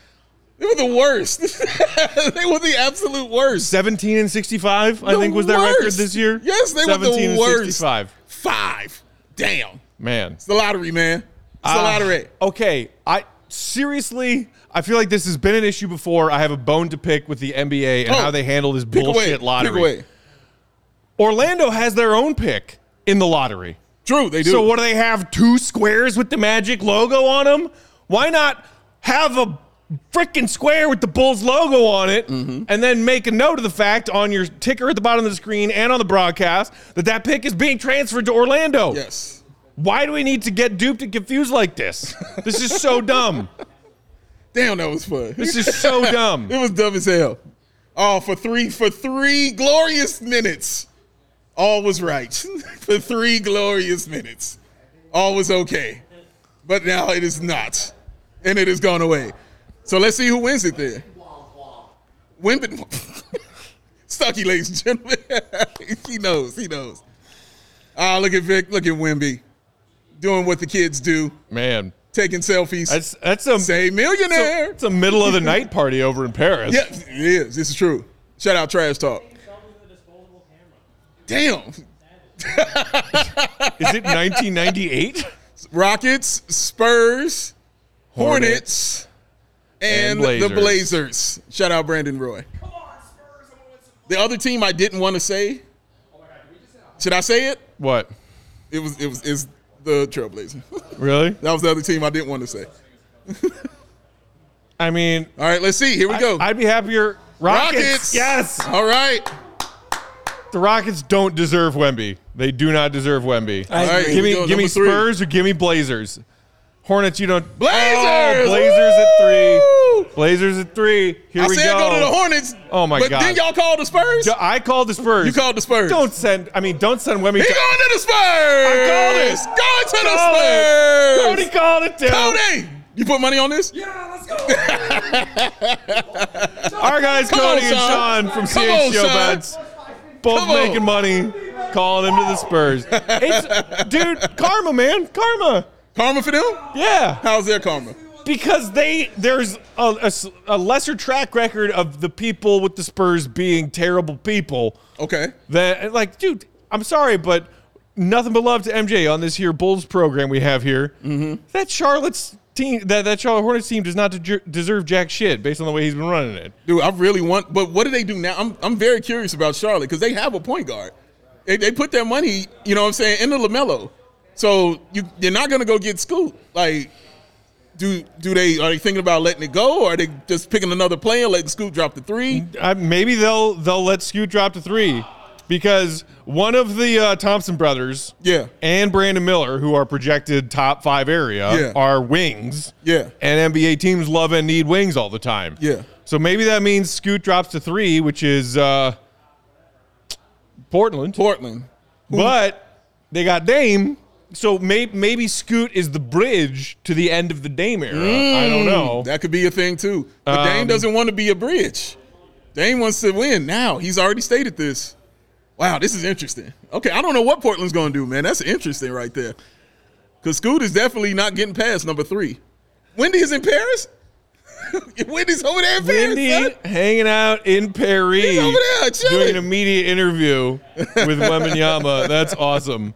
Speaker 2: They were the worst. [laughs] they were the absolute worst.
Speaker 1: 17 and 65, I
Speaker 2: The
Speaker 1: think was their record
Speaker 2: worst.
Speaker 1: this year.
Speaker 2: Yes, they were the
Speaker 1: 17 and
Speaker 2: worst.
Speaker 1: 65.
Speaker 2: Five. Damn.
Speaker 1: Man.
Speaker 2: It's the lottery, man. It's
Speaker 1: Ah,
Speaker 2: the lottery.
Speaker 1: Okay, I seriously, I feel like this has been an issue before. I have a bone to pick with the NBA and
Speaker 2: Oh,
Speaker 1: how they handle this
Speaker 2: Pick
Speaker 1: bullshit
Speaker 2: away.
Speaker 1: lottery.
Speaker 2: Pick away.
Speaker 1: Orlando has their own pick in the lottery.
Speaker 2: True, they do.
Speaker 1: So what do they have? Two squares with the Magic logo on them? Why not have a freaking square with the Bulls logo on it, and then make a note of the fact on your ticker at the bottom of the screen and on the broadcast that that pick is being transferred to Orlando?
Speaker 2: Yes.
Speaker 1: Why do we need to get duped and confused like this? This is so dumb.
Speaker 2: Damn, that was fun. [laughs]
Speaker 1: This is so dumb.
Speaker 2: It was dumb as hell. Oh, for three for three glorious minutes, all was right. [laughs] for three glorious minutes, all was okay. But now it is not, and it has gone away. So let's see who wins it then. Wimbledon. [laughs] Stucky, ladies and gentlemen. [laughs] he knows. He knows. Ah, look at Vic. Look at Wimby, doing what the kids do,
Speaker 1: Man,
Speaker 2: taking selfies.
Speaker 1: that's that's a
Speaker 2: Say millionaire.
Speaker 1: it's a middle of the night party over in Paris.
Speaker 2: Yeah, it is. This is true. Shout out Trash Talk. Damn.
Speaker 1: Is it 1998?
Speaker 2: Rockets, Spurs, Hornets, and,
Speaker 1: And Blazers.
Speaker 2: the Blazers. Shout out Brandon Roy. The other team I didn't want to say. Should I say it?
Speaker 1: [laughs] What?
Speaker 2: It was it was is the Trailblazers. [laughs]
Speaker 1: Really?
Speaker 2: that was the other team I didn't want to say.
Speaker 1: I mean,
Speaker 2: All right, let's see. Here we go.
Speaker 1: I, would be happier. Rockets. Yes.
Speaker 2: All right.
Speaker 1: The Rockets don't deserve Wemby. They do not deserve Wemby.
Speaker 3: I
Speaker 2: All right.
Speaker 3: agree.
Speaker 1: give
Speaker 2: here we
Speaker 1: me,
Speaker 2: go.
Speaker 1: give me
Speaker 2: Number three.
Speaker 1: Spurs or give me Blazers. Hornets, you don't.
Speaker 2: Blazers!
Speaker 1: Oh, Blazers at
Speaker 2: Woo!
Speaker 1: three. Blazers at three. Here
Speaker 2: I
Speaker 1: we
Speaker 2: said go. to the Hornets.
Speaker 1: Oh, my
Speaker 2: but
Speaker 1: God.
Speaker 2: Then y'all call the Spurs.
Speaker 1: D- I called the Spurs.
Speaker 2: You called the Spurs.
Speaker 1: Don't send. I mean, don't send Wemby.
Speaker 2: He
Speaker 1: to-
Speaker 2: going to the Spurs. I
Speaker 1: called it.
Speaker 2: Going to the
Speaker 1: Call it.
Speaker 2: Spurs.
Speaker 1: Cody called it too.
Speaker 2: Cody. You put money on this?
Speaker 1: Our guys,
Speaker 2: Come
Speaker 1: Cody
Speaker 2: on,
Speaker 1: and Sean
Speaker 2: Sean.
Speaker 1: from
Speaker 2: Come
Speaker 1: CHGO
Speaker 2: on, Sean.
Speaker 1: Bets, both
Speaker 2: Come on.
Speaker 1: making money, calling him to the [laughs] Spurs. It's, dude, karma, man, karma.
Speaker 2: Karma for them?
Speaker 1: Yeah.
Speaker 2: How's their karma?
Speaker 1: because they there's a- a s- a lesser track record of the people with the Spurs being terrible people.
Speaker 2: Okay.
Speaker 1: That like, dude, I'm sorry, but nothing but love to MJ on this here Bulls program we have here. Mm-hmm. That Charlotte's team, that that Charlotte Hornets team, does not de- deserve jack shit based on the way he's been running it.
Speaker 2: Dude, I really want. But what do they do now? I'm, I'm very curious about Charlotte because they have a point guard. They, they put their money, you know what I'm saying, in the LaMelo. So you, you're not going to go get Scoot. Like, do do they, are they thinking about letting it go? Or are they just picking another player, letting Scoot drop the three?
Speaker 1: Uh, maybe they'll they'll let Scoot drop to three because one of the uh, Thompson brothers,
Speaker 2: Yeah.
Speaker 1: and Brandon Miller, who are projected top five area,
Speaker 2: Yeah.
Speaker 1: are wings,
Speaker 2: Yeah.
Speaker 1: and NBA teams love and need wings all the time,
Speaker 2: Yeah.
Speaker 1: So maybe that means Scoot drops to three, which is uh, Portland,
Speaker 2: Portland.
Speaker 1: but they got Dame. So may- maybe Scoot is the bridge to the end of the Dame era. I
Speaker 2: Mm.
Speaker 1: don't know.
Speaker 2: That could be a thing too. But Dame
Speaker 1: Um,
Speaker 2: doesn't want to be a bridge. Dame wants to win now. He's already stated this. Wow, this is interesting. Okay, I don't know what Portland's going to do, man. That's interesting right there. Because Scoot is definitely not getting past number three. Wendy is in Paris? [laughs] Wendy's over there in Paris. son.
Speaker 1: Wendy hanging out in Paris.
Speaker 2: He's over there chilling.
Speaker 1: doing a media interview
Speaker 2: [laughs]
Speaker 1: with Weminyama. That's awesome.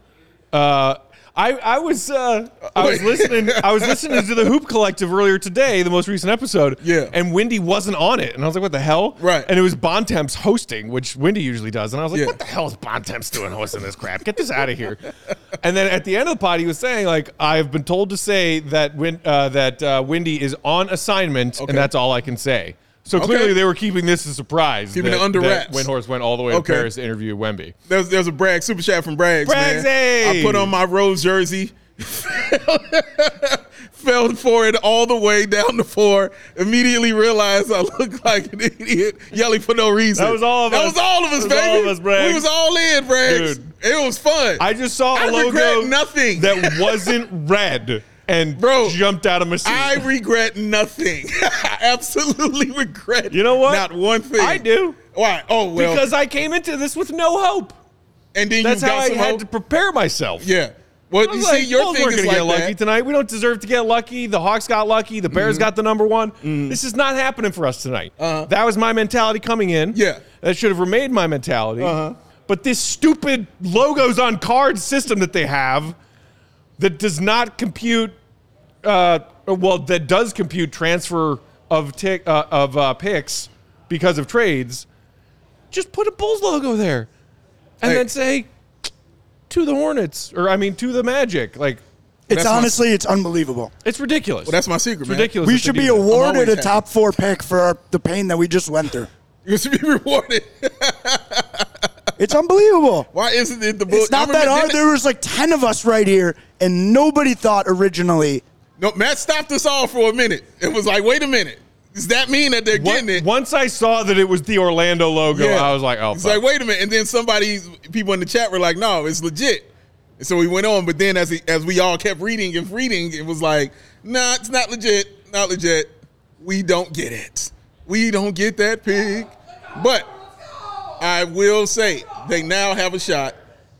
Speaker 1: Uh, I I was uh, I was
Speaker 2: Wait.
Speaker 1: listening I was listening to the Hoop Collective earlier today, the most recent episode.
Speaker 2: Yeah.
Speaker 1: And Wendy wasn't on it, and I was like, "What the hell?"
Speaker 2: Right.
Speaker 1: And it was Bontemps hosting, which Wendy usually does, and I was like,
Speaker 2: Yeah.
Speaker 1: "What the hell is Bontemps doing hosting this crap? Get this out of here!" [laughs] and then at the end of the pod, he was saying, "Like I've been told to say that Win- uh, that uh, Wendy is on assignment,
Speaker 2: Okay.
Speaker 1: and that's all I can say." So
Speaker 2: Okay.
Speaker 1: clearly, they were keeping this a surprise.
Speaker 2: Keeping it under wraps.
Speaker 1: When Horse went all the way
Speaker 2: Okay.
Speaker 1: to Paris to interview Wemby.
Speaker 2: There's, there's a brag, super chat from Braggs. man.
Speaker 1: Braggsy!
Speaker 2: I put on my rose jersey, [laughs] fell for it all the way down the floor. Immediately realized I looked like an idiot, yelling for no reason.
Speaker 1: That was all of
Speaker 2: that
Speaker 1: us.
Speaker 2: was all of
Speaker 1: That
Speaker 2: us,
Speaker 1: was
Speaker 2: baby.
Speaker 1: all of us, Braggs.
Speaker 2: We was all in, Braggs.
Speaker 1: Dude.
Speaker 2: It was fun.
Speaker 1: I just saw a
Speaker 2: I
Speaker 1: logo
Speaker 2: regret nothing.
Speaker 1: that wasn't red and
Speaker 2: [laughs] Bro,
Speaker 1: jumped out of my seat.
Speaker 2: I regret nothing. [laughs] I absolutely regret.
Speaker 1: You know what?
Speaker 2: Not one thing.
Speaker 1: I do.
Speaker 2: Why? Oh well.
Speaker 1: because I came into this with no hope.
Speaker 2: and then
Speaker 1: That's
Speaker 2: you got
Speaker 1: how I
Speaker 2: some
Speaker 1: had
Speaker 2: hope.
Speaker 1: to prepare myself.
Speaker 2: yeah. Well,
Speaker 1: I
Speaker 2: you
Speaker 1: was
Speaker 2: see,
Speaker 1: like,
Speaker 2: your
Speaker 1: Bulls
Speaker 2: thing
Speaker 1: weren't
Speaker 2: is
Speaker 1: gonna
Speaker 2: like
Speaker 1: get lucky
Speaker 2: that. Mm-hmm.
Speaker 1: tonight. We don't deserve to get lucky. The Hawks got lucky. The Bears got the number one. This is not happening for us tonight.
Speaker 2: Uh-huh.
Speaker 1: That was my mentality coming in.
Speaker 2: Yeah. Uh-huh.
Speaker 1: that should have remained my mentality. But this stupid logos on cards system that they have that does not compute. Uh, well, that does compute transfer of tick uh, of uh, picks because of trades. Just put a Bulls logo there, and
Speaker 2: Hey.
Speaker 1: then say to the Hornets, or I mean to the Magic. Like
Speaker 3: It's
Speaker 2: That's my-
Speaker 3: honestly, it's unbelievable.
Speaker 1: it's ridiculous.
Speaker 2: Well, that's my secret,
Speaker 1: It's
Speaker 2: man. [laughs]
Speaker 1: ridiculous.
Speaker 3: We
Speaker 1: that
Speaker 3: should
Speaker 1: they
Speaker 3: be
Speaker 1: do that.
Speaker 2: I'm always
Speaker 3: awarded a
Speaker 2: happy.
Speaker 3: top four pick for our, the pain that we just went through.
Speaker 2: You should be rewarded.
Speaker 3: It's unbelievable.
Speaker 2: Why isn't it the book?
Speaker 3: It's not
Speaker 2: I
Speaker 3: that
Speaker 2: remember-
Speaker 3: hard. There was like ten of us right here, and nobody thought originally.
Speaker 2: No, Matt stopped us all for a minute. It was like, wait a minute. Does that mean that they're
Speaker 1: Once-
Speaker 2: getting it?
Speaker 1: Once I saw that it was the Orlando logo, I was like, oh,
Speaker 2: It's
Speaker 1: fuck.
Speaker 2: like, wait a minute. And then somebody, people in the chat were like, no, it's legit. And so we went on. But then as, he, as we all kept reading and reading, it was like, nah, it's not legit. Not legit. We don't get it. We don't get that pig. But I will say they now have a shot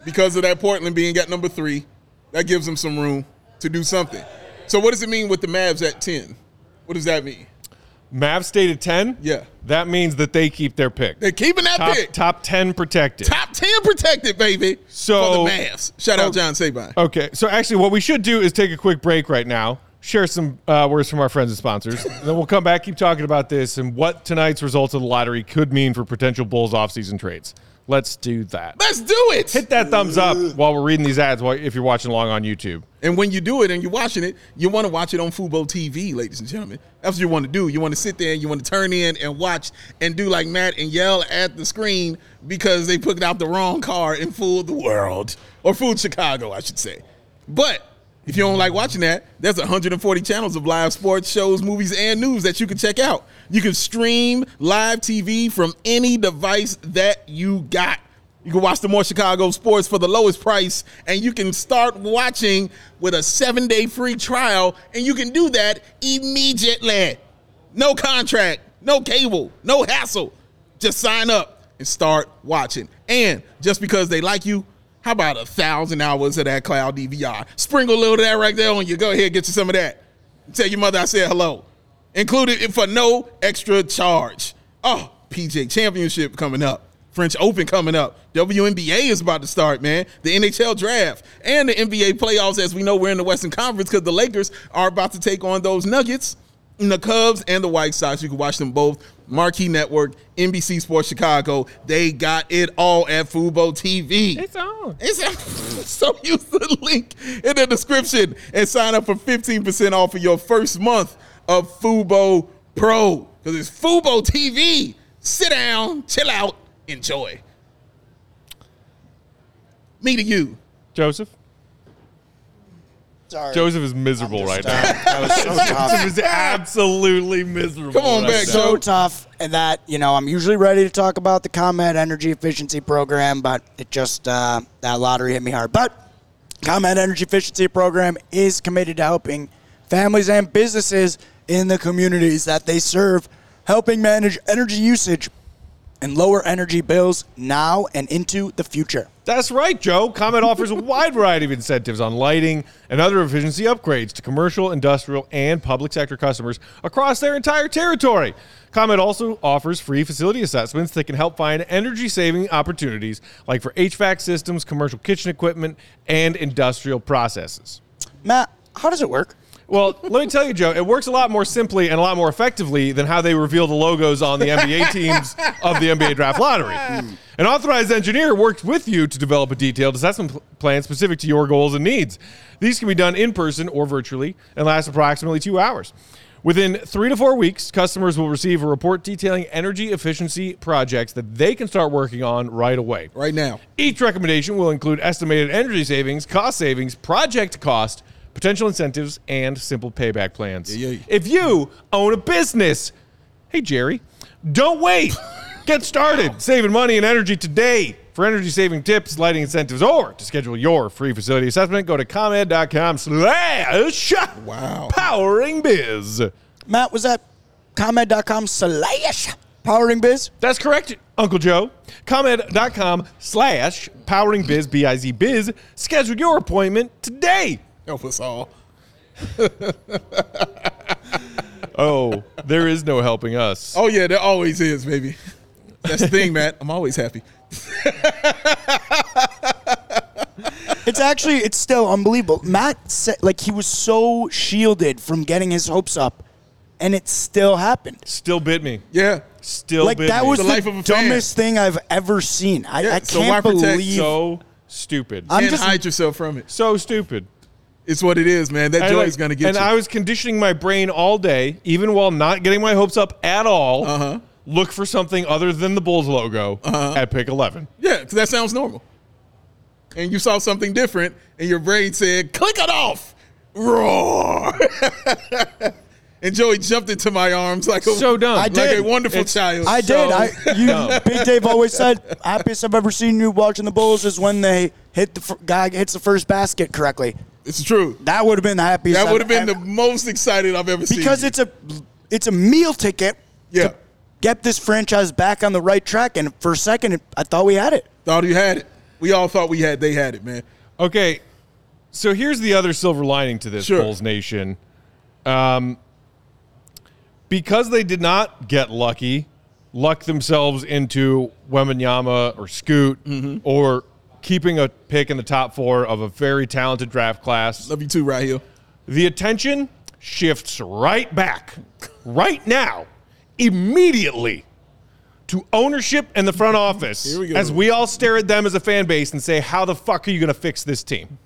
Speaker 2: because of that Portland being at number three. That gives them some room to do something. So what does it mean with the Mavs at 10? What does that mean?
Speaker 1: Mavs stayed at 10.
Speaker 2: Yeah.
Speaker 1: That means that they keep their pick.
Speaker 2: They're keeping that
Speaker 1: top,
Speaker 2: pick.
Speaker 1: top 10 protected.
Speaker 2: Top 10 protected, baby.
Speaker 1: So- oh.
Speaker 2: for the Mavs. Shout out John Sabine.
Speaker 1: Okay. So actually, what we should do is take a quick break right now, share some uh, words from our friends and
Speaker 2: [laughs]
Speaker 1: sponsors. and then we'll come back, keep talking about this and what tonight's results of the lottery could mean for potential Bulls offseason trades. Let's do that.
Speaker 2: Let's do it.
Speaker 1: Hit that thumbs up while we're reading these ads while, if you're watching along on YouTube.
Speaker 2: And when you do it and you're watching it, you want to watch it on Fubo TV, ladies and gentlemen. That's what you want to do. You want to sit there and you want to turn in and watch and do like Matt and yell at the screen because they put out the wrong card and fooled the world or fooled Chicago, I should say. But if you don't like watching that, there's 140 channels of live sports shows, movies, and news that you can check out. You can stream live TV from any device that you got. You can watch the more Chicago sports for the lowest price, and you can start watching with a seven day free trial, and you can do that immediately. No contract, no cable, no hassle. Just sign up and start watching. And just because they like you, how about a thousand hours of that cloud DVR? Sprinkle a little of that right there on you. Go ahead, get you some of that. Tell your mother I said hello. Included it for no extra charge. Oh, PJ Championship coming up. French Open coming up. WNBA is about to start, man. The NHL draft and the NBA playoffs, as we know, we're in the Western Conference because the Lakers are about to take on those Nuggets, and the Cubs, and the White Sox. You can watch them both. Marquee Network, NBC Sports Chicago. They got it all at Fubo TV. It's on. It's [laughs] so use the link in the description and sign up for 15% off of your first month of Fubo Pro. Because it's Fubo TV. Sit down, chill out, enjoy. Me to you.
Speaker 1: Joseph.
Speaker 3: Sorry.
Speaker 1: Joseph is miserable right now.
Speaker 3: That was
Speaker 1: [laughs]
Speaker 2: [laughs]
Speaker 3: so
Speaker 1: Joseph
Speaker 3: tough.
Speaker 1: is absolutely miserable.
Speaker 2: Come on
Speaker 1: right
Speaker 2: back,
Speaker 1: now.
Speaker 2: Joe.
Speaker 3: So tough, and that you know I'm usually ready to talk about the Comet Energy Efficiency Program, but it just uh, that lottery hit me hard. But Comet Energy Efficiency Program is committed to helping families and businesses in the communities that they serve, helping manage energy usage and lower energy bills now and into the future.
Speaker 1: That's right, Joe. Comet offers a wide variety of incentives on lighting and other efficiency upgrades to commercial, industrial, and public sector customers across their entire territory. Comet also offers free facility assessments that can help find energy saving opportunities, like for HVAC systems, commercial kitchen equipment, and industrial processes.
Speaker 3: Matt, how does it work?
Speaker 1: Well, let me tell you, Joe, it works a lot more simply and a lot more effectively than how they reveal the logos on the NBA teams of the NBA draft lottery. An authorized engineer works with you to develop a detailed assessment pl- plan specific to your goals and needs. These can be done in person or virtually and last approximately two hours. Within three to four weeks, customers will receive a report detailing energy efficiency projects that they can start working on right away.
Speaker 2: Right now.
Speaker 1: Each recommendation will include estimated energy savings, cost savings, project cost, potential incentives, and simple payback plans.
Speaker 2: Yeah, yeah.
Speaker 1: If you own a business, hey, Jerry, don't
Speaker 2: [laughs]
Speaker 1: wait. Get started saving money and energy today. For energy saving tips, lighting incentives, or to schedule your free facility assessment, go to comed.com slash
Speaker 2: Wow.
Speaker 1: powering biz.
Speaker 3: Matt, was that comet.com slash powering biz?
Speaker 1: That's correct, Uncle Joe. Comed.com slash powering biz, B-I-Z biz. Schedule your appointment today.
Speaker 2: Help us all.
Speaker 1: Oh, there is no helping us.
Speaker 2: Oh yeah, there always is, baby. That's the thing, Matt. I'm always happy.
Speaker 3: It's actually, it's still unbelievable. Matt said, like, he was so shielded from getting his hopes up, and it still happened.
Speaker 1: Still bit me.
Speaker 2: Yeah.
Speaker 1: Still
Speaker 3: like,
Speaker 1: bit
Speaker 3: that
Speaker 1: me.
Speaker 3: was
Speaker 2: The
Speaker 3: the,
Speaker 2: life of a fan.
Speaker 3: dumbest thing I've ever seen. I,
Speaker 2: Yeah,
Speaker 3: I
Speaker 2: so why
Speaker 3: can't
Speaker 2: protect-
Speaker 3: believe.
Speaker 1: so stupid.
Speaker 3: I'm
Speaker 2: and
Speaker 3: just-
Speaker 2: hide yourself from it.
Speaker 1: so stupid.
Speaker 2: It's what it is, man. That
Speaker 1: And,
Speaker 2: joy
Speaker 1: like-
Speaker 2: is gonna get
Speaker 1: and
Speaker 2: you.
Speaker 1: I was conditioning my brain all day, even while not getting my hopes up at all. Uh-huh. Look for something other than the Bulls logo at pick 11.
Speaker 2: yeah, because that sounds normal. And you saw something different, and your brain said, "Click it off, roar." [laughs] and Joey jumped into my arms like a
Speaker 1: So dumb.
Speaker 3: I
Speaker 2: like
Speaker 3: did.
Speaker 2: a wonderful
Speaker 1: It's-
Speaker 2: child.
Speaker 3: I
Speaker 1: So-
Speaker 3: did.
Speaker 2: [laughs]
Speaker 3: I you, Big Dave always said, "Happiest I've ever seen you watching the Bulls is when they hit the fir- guy hits the first basket correctly.
Speaker 2: it's true.
Speaker 3: That would have been the happiest.
Speaker 2: That
Speaker 3: I've
Speaker 2: would have been the
Speaker 3: ever-
Speaker 2: most excited I've ever seen.
Speaker 3: because
Speaker 2: you.
Speaker 3: it's a it's a meal ticket.
Speaker 2: yeah.
Speaker 3: Get this franchise back on the right track, and for a second, I thought we had it.
Speaker 2: Thought you had it. We all thought we had. They had it, man.
Speaker 1: Okay, so here's the other silver lining to this,
Speaker 2: Sure.
Speaker 1: Bulls Nation. Um, because they did not get lucky, luck themselves into Weminyama or Scoot or keeping a pick in the top four of a very talented draft class,
Speaker 2: Love you too, right here.
Speaker 1: the attention shifts right back, right now, immediately to ownership and the front office
Speaker 2: Here we go.
Speaker 1: as we all stare at them as a fan base and say, How the fuck are you going to fix this team?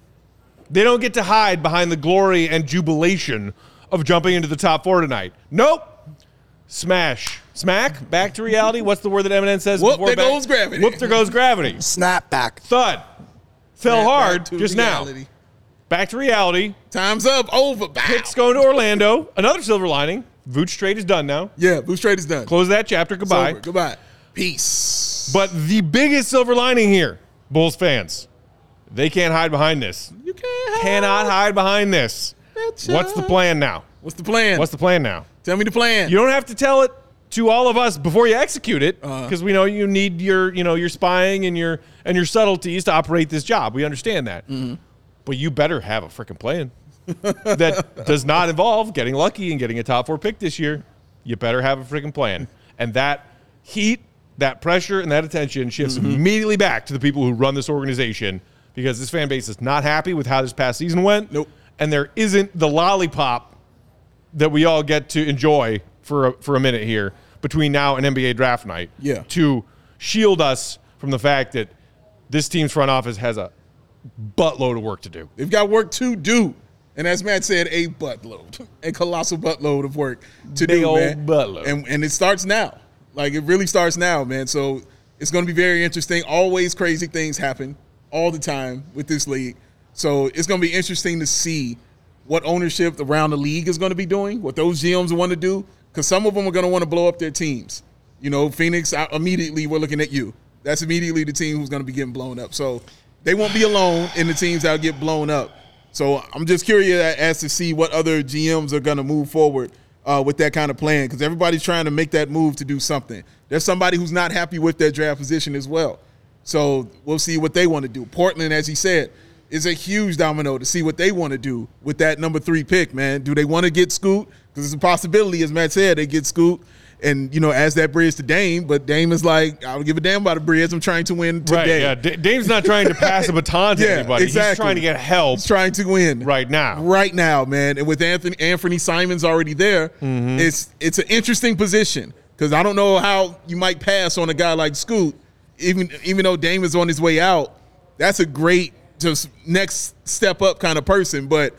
Speaker 1: They don't get to hide behind the glory and jubilation of jumping into the top four tonight. Nope. Smash. Smack. Back to reality. What's the word that Eminem says?
Speaker 2: Whoop,
Speaker 1: before
Speaker 2: there
Speaker 1: back-
Speaker 2: goes gravity.
Speaker 1: Whoop, there goes gravity.
Speaker 3: Snap back.
Speaker 1: Thud. Fell
Speaker 2: Back
Speaker 1: hard
Speaker 2: to
Speaker 1: just now.
Speaker 2: reality.
Speaker 1: Back to reality.
Speaker 2: Time's up. Over. Bow.
Speaker 1: It's going to Orlando. Another silver lining. Vooch trade is done now.
Speaker 2: Yeah, Blue Straight is done.
Speaker 1: Close that chapter.
Speaker 2: It's over.
Speaker 1: Goodbye.
Speaker 2: Goodbye. Peace.
Speaker 1: But the biggest silver lining here, Bulls fans, they can't hide behind this.
Speaker 2: you can't
Speaker 1: Cannot hide behind this.
Speaker 2: Betcha.
Speaker 1: What's the plan now?
Speaker 2: What's the plan?
Speaker 1: What's the plan now?
Speaker 2: Tell me the plan.
Speaker 1: You don't have to tell it to all of us before you execute it, because we know you need your, you know, your spying and your and your subtleties to operate this job. We understand that. But you better have a freaking plan. that does not involve getting lucky and getting a top four pick this year, you better have a freaking plan. And that heat, that pressure, and that attention shifts immediately back to the people who run this organization because this fan base is not happy with how this past season went.
Speaker 2: Nope.
Speaker 1: And there isn't the lollipop that we all get to enjoy for a, for a minute here between now and NBA draft night.
Speaker 2: Yeah.
Speaker 1: To shield us from the fact that this team's front office has a buttload of work to do.
Speaker 2: They've got work to do. And as Matt said, a buttload, a colossal buttload of work to
Speaker 1: Big
Speaker 2: do,
Speaker 1: old
Speaker 2: man.
Speaker 1: buttload.
Speaker 2: And, and it starts now. Like, it really starts now, man. So it's going to be very interesting. Always crazy things happen all the time with this league. So it's going to be interesting to see what ownership around the league is going to be doing, what those GMs want to do, because some of them are going to want to blow up their teams. You know, Phoenix, I, immediately we're looking at you. That's immediately the team who's going to be getting blown up. So they won't be alone in the teams that'll get blown up. So I'm just curious as to see what other GMs are going to move forward uh, with that kind of plan because everybody's trying to make that move to do something. There's somebody who's not happy with their draft position as well. So we'll see what they want to do. Portland, as he said, is a huge domino to see what they want to do with that number three pick, man. Do they want to get Scoot? Because it's a possibility, as Matt said, they get Scoot. And, you know, as that bridge to Dame, but Dame is like, I don't give a damn about a bridge. I'm trying to win today.
Speaker 1: Right. Yeah. D- Dame's not trying to pass a baton to
Speaker 2: [laughs] Yeah,
Speaker 1: anybody. He's
Speaker 2: exactly.
Speaker 1: trying to get help
Speaker 2: He's trying to win
Speaker 1: right now.
Speaker 2: right now, man. And with Anthony Anthony Simons already there,
Speaker 1: Mm-hmm.
Speaker 2: it's it's an interesting position because I don't know how you might pass on a guy like Scoot, even even though Dame is on his way out. That's a great just next step up kind of person, but.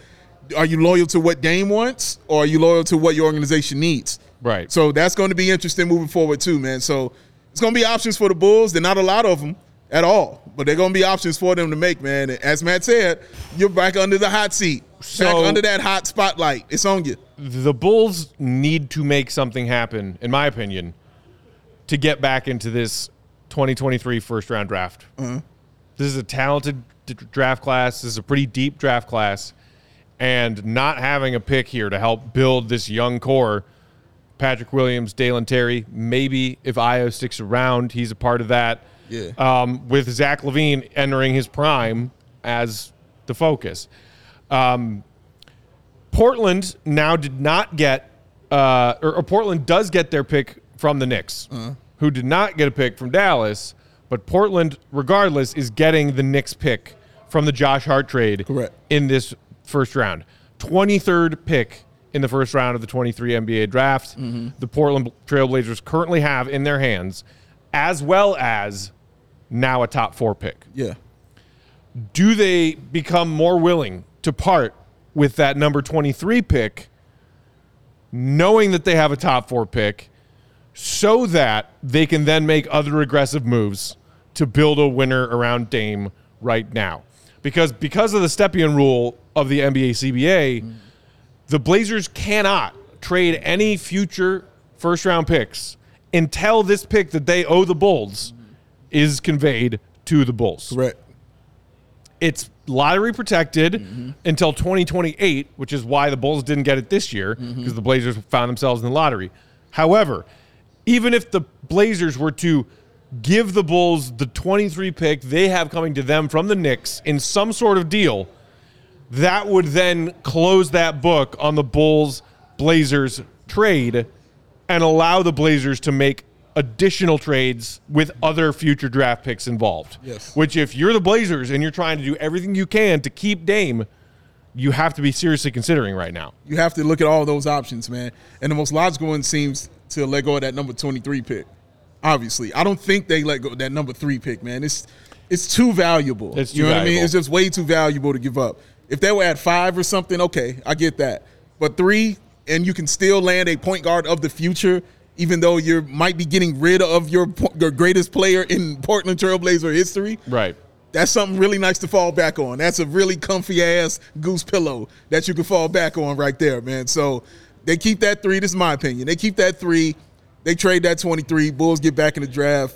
Speaker 2: Are you loyal to what Dame wants, or are you loyal to what your organization needs?
Speaker 1: Right.
Speaker 2: So that's going to be interesting moving forward too, man. So it's going to be options for the Bulls. They're not a lot of them at all, but they're going to be options for them to make, man. And as Matt said, you're back under the hot seat, back
Speaker 1: So-
Speaker 2: under that hot spotlight. It's on you.
Speaker 1: The Bulls need to make something happen, in my opinion, to get back into this 2023 first round draft. This is a talented d- draft class. This is a pretty deep draft class. And not having a pick here to help build this young core, Patrick Williams, Dalen Terry, maybe if Io sticks around, he's a part of that.
Speaker 2: Yeah.
Speaker 1: Um, with Zach Levine entering his prime as the focus. Portland now did not get, uh, or, or Portland does get their pick from the Knicks, who did not get a pick from Dallas, but Portland, regardless, is getting the Knicks pick from the Josh Hart trade
Speaker 2: Correct.
Speaker 1: in this first round. 23rd pick in the first round of the 23 NBA draft. The Portland Trailblazers currently have in their hands, as well as now a top four pick
Speaker 2: Yeah.
Speaker 1: do they become more willing to part with that number 23 pick, knowing that they have a top four pick, so that they can then make other aggressive moves to build a winner around Dame right now? Because because of the Stepien rule of the NBA CBA, the Blazers cannot trade any future first round picks until this pick that they owe the Bulls is conveyed to the Bulls
Speaker 2: Correct.
Speaker 1: it's lottery protected until 2028, which is why the Bulls didn't get it this year because the Blazers found themselves in the lottery. However, even if the Blazers were to give the Bulls the 23 pick they have coming to them from the Knicks in some sort of deal, that would then close that book on the Bulls Blazers trade and allow the Blazers to make additional trades with other future draft picks involved.
Speaker 2: Yes.
Speaker 1: Which if you're the Blazers and you're trying to do everything you can to keep Dame, you have to be seriously considering right now.
Speaker 2: You have to look at all those options, man. And the most logical one seems to let go of that number 23 pick. Obviously, I don't think they let go of that number three pick, man. It's it's too valuable.
Speaker 1: It's too
Speaker 2: you know what I
Speaker 1: valuable.
Speaker 2: mean? It's just way too valuable to give up. If they were at five or something, okay, I get that. But three, and you can still land a point guard of the future, even though you might be getting rid of your po- your greatest player in Portland Trailblazer history.
Speaker 1: Right.
Speaker 2: That's something really nice to fall back on. That's a really comfy ass goose pillow that you can fall back on right there, man. So they keep that three. This is my opinion. They keep that three. They trade that 23. Bulls get back in the draft.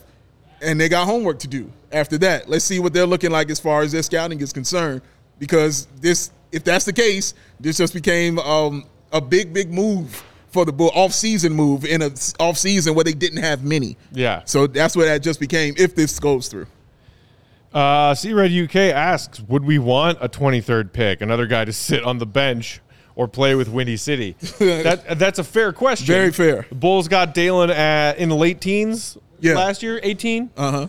Speaker 2: And they got homework to do after that. Let's see what they're looking like as far as their scouting is concerned. Because this, if that's the case, this just became um, a big, big move for the Bull off-season move in a s- off-season where they didn't have many.
Speaker 1: Yeah.
Speaker 2: So that's what that just became if this goes through.
Speaker 1: Uh, C Red UK asks, would we want a 23rd pick, another guy to sit on the bench or play with Windy
Speaker 2: [laughs]
Speaker 1: City? that, that's a fair question.
Speaker 2: Very fair.
Speaker 1: The Bulls got Dalen at, in the late teens
Speaker 2: Yeah.
Speaker 1: last year, 18.
Speaker 2: Uh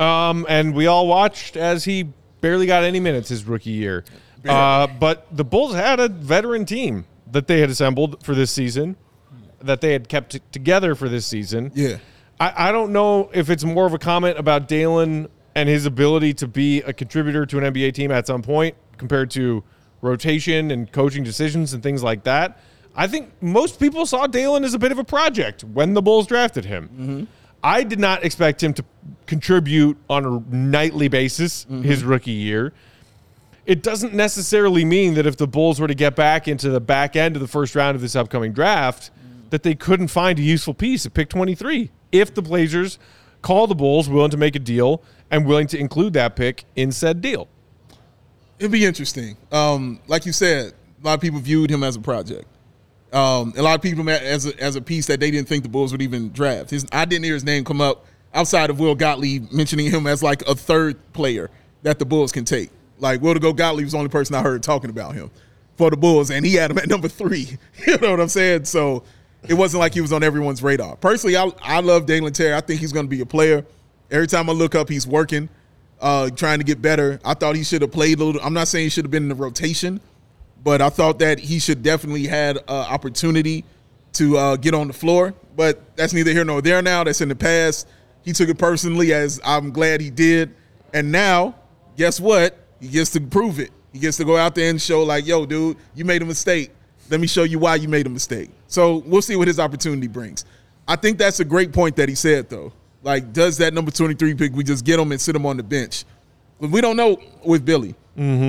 Speaker 2: huh.
Speaker 1: Um, and we all watched as he barely got any minutes his rookie year. Uh, but the Bulls had a veteran team that they had assembled for this season, that they had kept t- together for this season.
Speaker 2: Yeah.
Speaker 1: I, I don't know if it's more of a comment about Dalen and his ability to be a contributor to an NBA team at some point compared to rotation and coaching decisions and things like that. I think most people saw Dalen as a bit of a project when the Bulls drafted him. I did not expect him to contribute on a nightly basis his rookie year it doesn't necessarily mean that if the Bulls were to get back into the back end of the first round of this upcoming draft, that they couldn't find a useful piece at pick 23. If the Blazers call the Bulls willing to make a deal and willing to include that pick in said deal.
Speaker 2: It'd be interesting. Um, like you said, a lot of people viewed him as a project. Um, a lot of people ma- as a, as a piece that they didn't think the Bulls would even draft. His, I didn't hear his name come up outside of Will Gottlieb mentioning him as like a third player that the Bulls can take. Like Will to go Gottlieb was the only person I heard talking about him for the Bulls, and he had him at number three. [laughs] you know what I'm saying? So it wasn't like he was on everyone's radar. Personally, I I love Dalen Terry. I think he's going to be a player. Every time I look up, he's working, uh, trying to get better. I thought he should have played a little. I'm not saying he should have been in the rotation but I thought that he should definitely had uh, opportunity to uh, get on the floor. But that's neither here nor there now. That's in the past. He took it personally, as I'm glad he did. And now, guess what? He gets to prove it. He gets to go out there and show, like, yo, dude, you made a mistake. Let me show you why you made a mistake. So we'll see what his opportunity brings. I think that's a great point that he said, though. Like, does that number 23 pick, we just get him and sit him on the bench? We don't know with Billy.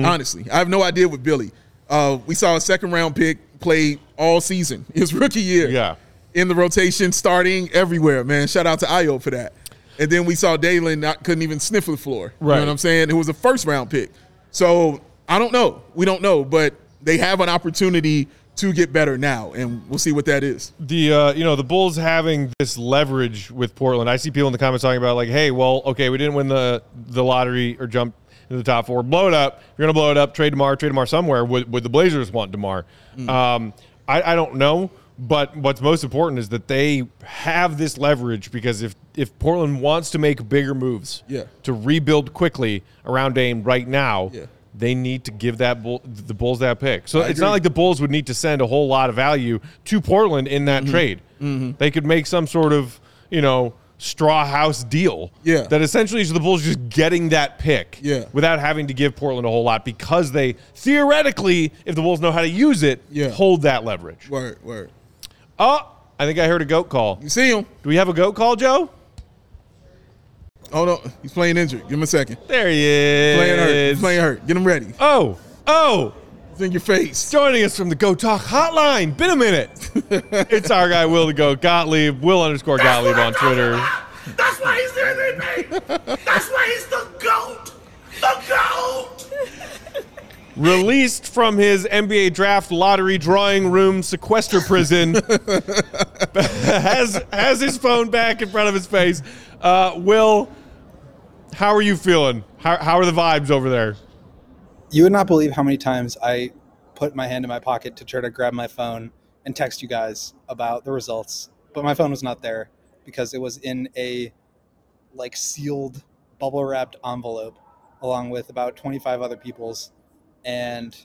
Speaker 2: Honestly, I have no idea with Billy. Uh, we saw a second round pick play all season [laughs] his rookie year.
Speaker 1: Yeah.
Speaker 2: in the rotation, starting everywhere. Man, shout out to Io for that. And then we saw Dalen not couldn't even sniff the floor. You
Speaker 1: Right.
Speaker 2: know what I'm saying? It was a first round pick. So I don't know. We don't know, but they have an opportunity to get better now, and we'll see what that is.
Speaker 1: the uh, you know the Bulls having this leverage with Portland. I see people in the comments talking about like, hey, well, okay, we didn't win the the lottery or jump into the top four. Blow it up. If you're gonna blow it up. Trade Demar. Trade Demar somewhere. Would, would the Blazers want Demar?
Speaker 2: Mm.
Speaker 1: Um, I, I don't know. But what's most important is that they have this leverage because if if Portland wants to make bigger moves,
Speaker 2: Yeah.
Speaker 1: to rebuild quickly around Dame right now,
Speaker 2: Yeah.
Speaker 1: they need to give that bull, the Bulls that pick. So it's not
Speaker 2: agree.
Speaker 1: like the Bulls would need to send a whole lot of value to Portland in
Speaker 2: Mm-hmm.
Speaker 1: that trade. They could make some sort of you know straw house deal.
Speaker 2: Yeah.
Speaker 1: that essentially is the Bulls just getting that pick.
Speaker 2: Yeah.
Speaker 1: without having to give Portland a whole lot because they theoretically, if the Bulls know how to use it,
Speaker 2: Yeah.
Speaker 1: hold that leverage.
Speaker 2: Word, word.
Speaker 1: Oh, I think I heard a goat call.
Speaker 2: You see him?
Speaker 1: Do we have a goat call, Joe?
Speaker 2: Oh no, he's playing injured. Give him a second.
Speaker 1: There he is.
Speaker 2: Playing hurt. He's Playing hurt. Get him ready.
Speaker 1: Oh, oh.
Speaker 2: It's in your face.
Speaker 1: Joining us from the Go Talk Hotline. Been a minute. it's our guy Will the Goat Gottlieb. Will underscore Gottlieb on Twitter.
Speaker 4: That's why he's there than me. That's why he's the goat. The goat.
Speaker 1: Released from his NBA draft lottery drawing room sequester prison, has has his phone back in front of his face. Uh, Will, how are you feeling? How, how are the vibes over there?
Speaker 5: You would not believe how many times I put my hand in my pocket to try to grab my phone and text you guys about the results, but my phone was not there because it was in a like sealed bubble wrapped envelope along with about 25 other people's and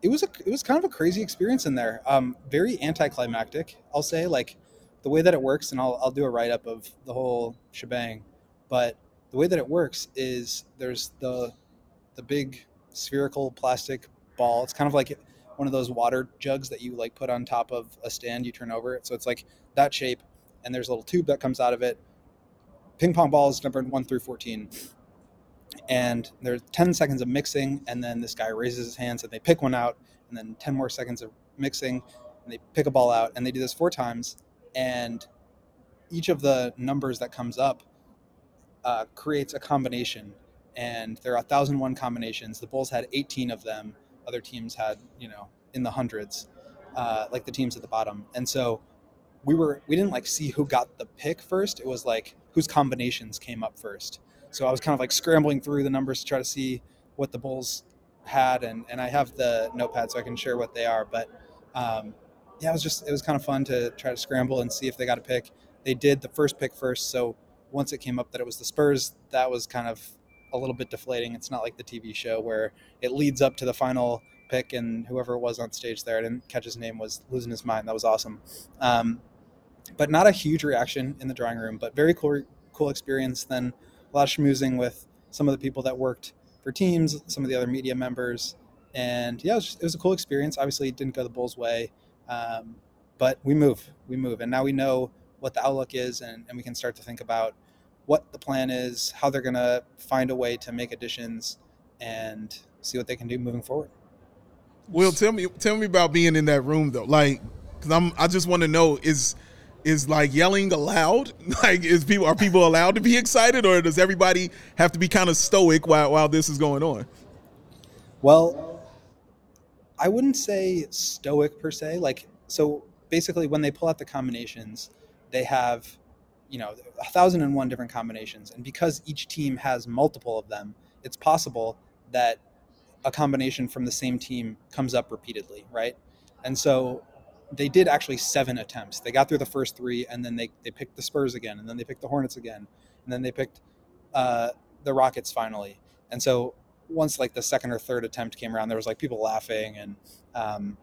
Speaker 5: it was a it was kind of a crazy experience in there um very anticlimactic i'll say like the way that it works and i'll, I'll do a write-up of the whole shebang but the way that it works is there's the the big spherical plastic ball. It's kind of like one of those water jugs that you like put on top of a stand, you turn over it. So it's like that shape, and there's a little tube that comes out of it. Ping pong balls numbered one through 14. And there's 10 seconds of mixing, and then this guy raises his hands and they pick one out, and then 10 more seconds of mixing, and they pick a ball out, and they do this four times. And each of the numbers that comes up uh, creates a combination and there are 1001 combinations the bulls had 18 of them other teams had you know in the hundreds uh, like the teams at the bottom and so we were we didn't like see who got the pick first it was like whose combinations came up first So I was kind of like scrambling through the numbers to try to see what the Bulls had, and and I have the notepad so I can share what they are. But um, yeah, it was just it was kind of fun to try to scramble and see if they got a pick. They did the first pick first, so once it came up that it was the Spurs, that was kind of a little bit deflating. It's not like the TV show where it leads up to the final pick and whoever it was on stage there, I didn't catch his name, was losing his mind. That was awesome. Um, but not a huge reaction in the drawing room, but very cool, cool experience. Then a lot of schmoozing with some of the people that worked for teams, some of the other media members. And yeah, it was, just, it was a cool experience. Obviously, it didn't go the Bulls' way, um, but we move, we move. And now we know what the outlook is, and, and we can start to think about what the plan is, how they're going to find a way to make additions, and see what they can do moving forward.
Speaker 2: Will, tell me tell me about being in that room though. Like, cause I'm I just want to know is is like yelling allowed? [laughs] Like, is people are people allowed to be excited, or does everybody have to be kind of stoic while while this is going on?
Speaker 5: Well, I wouldn't say stoic per se. Like, so basically, when they pull out the combinations, they have, you know, a thousand and one different combinations. And because each team has multiple of them, it's possible that a combination from the same team comes up repeatedly, right? And so they did actually seven attempts. They got through the first three, and then they, they picked the Spurs again, and then they picked the Hornets again, and then they picked uh, the Rockets finally. And so once like the second or third attempt came around, there was like people laughing and um,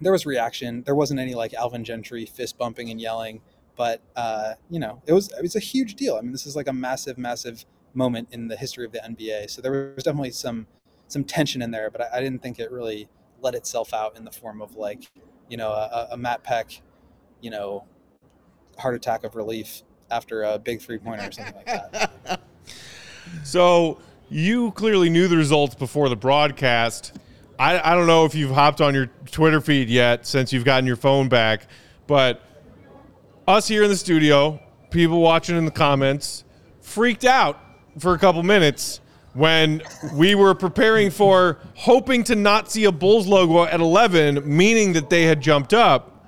Speaker 5: there was reaction. There wasn't any like Alvin Gentry fist bumping and yelling, but uh, you know it was it was a huge deal. I mean, this is like a massive, massive moment in the history of the NBA. So there was definitely some some tension in there, but I, I didn't think it really let itself out in the form of like you know, a, a Matt Peck, you know, heart attack of relief after a big three pointer or something like that.
Speaker 1: So you clearly knew the results before the broadcast. I, I don't know if you've hopped on your Twitter feed yet since you've gotten your phone back, but us here in the studio, people watching in the comments, freaked out for a couple minutes when we were preparing for hoping to not see a Bulls logo at 11, meaning that they had jumped up,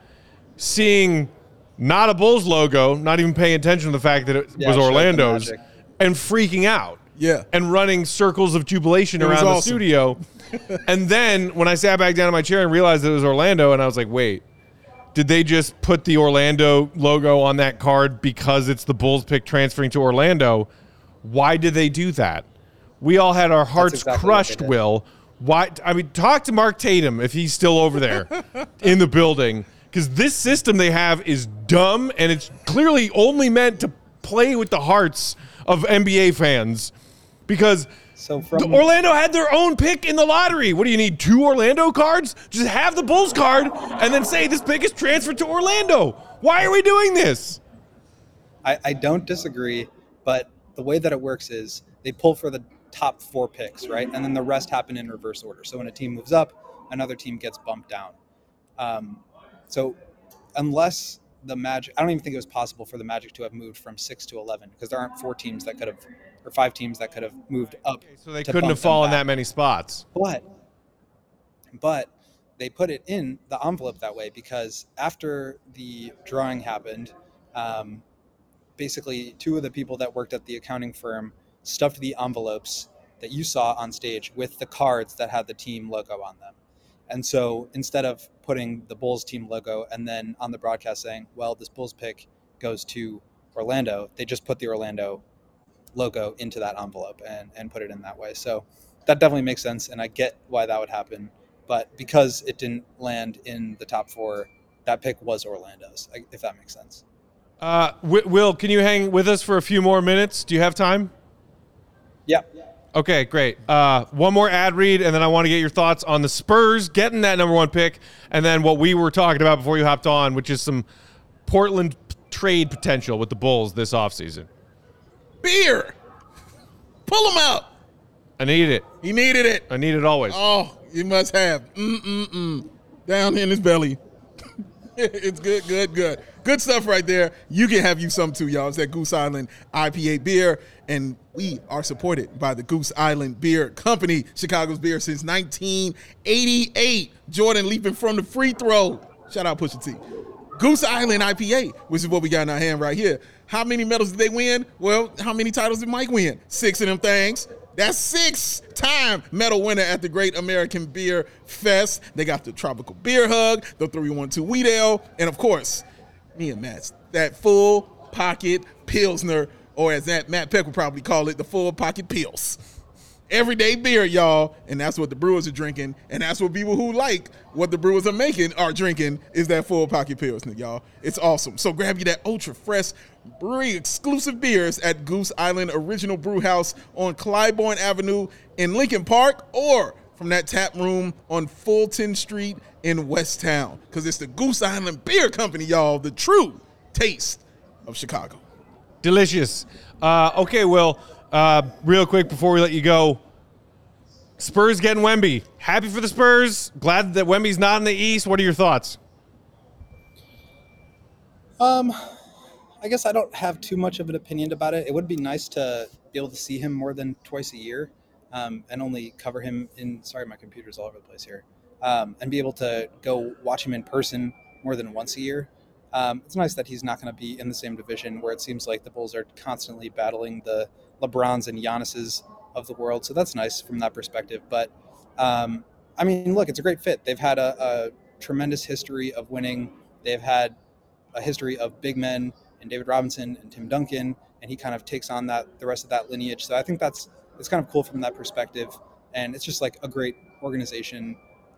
Speaker 1: seeing not a Bulls logo, not even paying attention to the fact that it
Speaker 5: Yeah,
Speaker 1: was
Speaker 5: it showed the
Speaker 1: Orlando's,
Speaker 5: magic.
Speaker 1: and freaking out.
Speaker 2: Yeah.
Speaker 1: And running circles of jubilation
Speaker 2: was
Speaker 1: around the
Speaker 2: awesome.
Speaker 5: [laughs]
Speaker 1: studio. and then when I sat back down in my chair and realized that it was Orlando, and I was like, wait, did they just put the Orlando logo on that card because it's the Bulls pick transferring to Orlando? Why did they do that? We all had our hearts
Speaker 5: exactly what they
Speaker 1: crushed,
Speaker 5: did.
Speaker 1: Will. Why? I mean, talk to Mark Tatum if he's still over [laughs] there in the building because this system they have is dumb and it's clearly only meant to play with the hearts of NBA fans because
Speaker 5: So from
Speaker 1: the- Orlando had their own pick in the lottery. What do you need? Two Orlando cards? Just have the Bulls card and then say this pick is transferred to Orlando. Why are we doing this?
Speaker 5: I, I don't disagree, but the way that it works is they pull for the top four picks, right? And then the rest happen in reverse order. So when a team moves up, another team gets bumped down. Um, so unless the Magic, I don't even think it was possible for the Magic to have moved from six to 11 because there aren't four teams that could have, or five teams that could have moved up.
Speaker 1: So they
Speaker 5: to
Speaker 1: couldn't
Speaker 5: bump
Speaker 1: have
Speaker 5: them
Speaker 1: fallen
Speaker 5: back.
Speaker 1: that many spots.
Speaker 5: But but they put it in the envelope that way because after the drawing happened, um, basically two of the people that worked at the accounting firm stuffed the envelopes that you saw on stage with the cards that had the team logo on them. And so instead of putting the Bulls team logo and then on the broadcast saying, well, this Bulls pick goes to Orlando, they just put the Orlando logo into that envelope and, and put it in that way. So that definitely makes sense. And I get why that would happen. But because it didn't land in the top four, that pick was Orlando's, I- if that makes sense.
Speaker 1: Uh, Wi- Will, can you hang with us for a few more minutes? Do you have time?
Speaker 5: Yeah.
Speaker 1: Okay, great. Uh, one more ad read, and then I want to get your thoughts on the Spurs getting that number one pick, and then what we were talking about before you hopped on, which is some Portland p- trade potential with the Bulls this offseason.
Speaker 2: Beer, pull him out.
Speaker 1: I need it.
Speaker 2: He needed it.
Speaker 1: I need it always.
Speaker 2: Oh, you must have. Mm mm mm. Down in his belly. [laughs] it's good, good, good. Good stuff right there. You can have you some too, y'all. It's that Goose Island IPA beer. And we are supported by the Goose Island Beer Company, Chicago's beer since 1988. Jordan leaping from the free throw. Shout out Pusha T. Goose Island IPA, which is what we got in our hand right here. How many medals did they win? Well, how many titles did Mike win? Six of them things. That's six time medal winner at the Great American Beer Fest. They got the tropical beer hug, the 312 Wheat Ale, and of course, me and Matt's that full pocket Pilsner, or as that Matt Peck would probably call it, the full pocket Pils everyday beer, y'all, and that's what the brewers are drinking, and that's what people who like what the brewers are making are drinking is that full pocket pilsner, y'all. It's awesome. So grab you that ultra fresh brewery exclusive beers at Goose Island Original Brew House on Clybourne Avenue in Lincoln Park, or from that tap room on Fulton Street in West Town, because it's the Goose Island Beer Company, y'all, the true taste of Chicago.
Speaker 1: Delicious. Uh, okay, Will. Uh, real quick before we let you go, Spurs getting Wemby. Happy for the Spurs. Glad that Wemby's not in the East. What are your thoughts?
Speaker 5: Um, I guess I don't have too much of an opinion about it. It would be nice to be able to see him more than twice a year, um, and only cover him in. Sorry, my computer's all over the place here, um, and be able to go watch him in person more than once a year. Um, it's nice that he's not going to be in the same division where it seems like the Bulls are constantly battling the LeBrons and Giannis's of the world. So that's nice from that perspective. But um, I mean, look, it's a great fit. They've had a, a tremendous history of winning. They've had a history of big men and David Robinson and Tim Duncan, and he kind of takes on that the rest of that lineage. So I think that's it's kind of cool from that perspective, and it's just like a great organization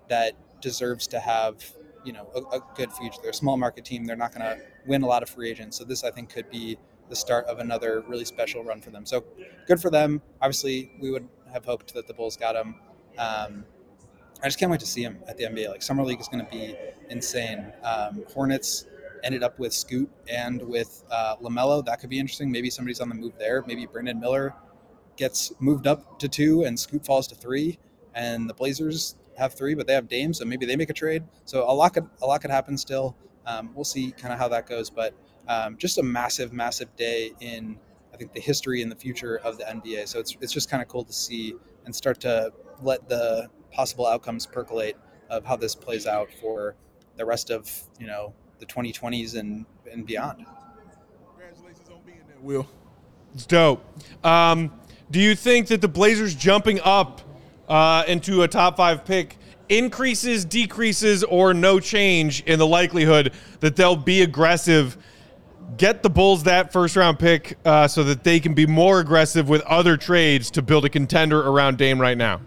Speaker 5: that deserves to have you know a, a good future. They're a small market team; they're not going to win a lot of free agents. So this I think could be the start of another really special run for them. So good for them. Obviously, we would have hoped that the Bulls got him. Um, I just can't wait to see him at the NBA. Like summer league is going to be insane. Um, Hornets ended up with Scoot and with uh, Lamelo. That could be interesting. Maybe somebody's on the move there. Maybe Brandon Miller gets moved up to two and Scoot falls to three, and the Blazers have three, but they have Dame, so maybe they make a trade. So a lot could a lot could happen still. Um, we'll see kind of how that goes, but um, just a massive, massive day in I think the history and the future of the NBA. So it's it's just kind of cool to see and start to let the possible outcomes percolate of how this plays out for the rest of you know the 2020s and and beyond.
Speaker 2: Congratulations on being there, Will.
Speaker 1: It's dope. Um, do you think that the Blazers jumping up uh, into a top five pick increases, decreases, or no change in the likelihood that they'll be aggressive? Get the Bulls that first round pick uh, so that they can be more aggressive with other trades to build a contender around Dame right now.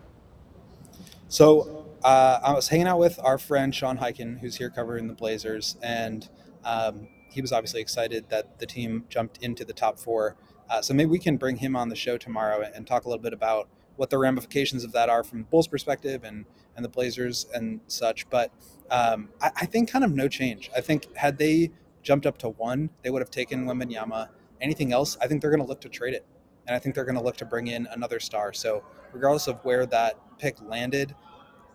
Speaker 5: So uh, I was hanging out with our friend Sean Hyken, who's here covering the Blazers, and um, he was obviously excited that the team jumped into the top four. Uh, so maybe we can bring him on the show tomorrow and talk a little bit about what the ramifications of that are from the Bulls' perspective and and the Blazers and such. But um, I, I think kind of no change. I think had they jumped up to one, they would have taken Wembenyama. Anything else, I think they're going to look to trade it, and I think they're going to look to bring in another star. So regardless of where that pick landed,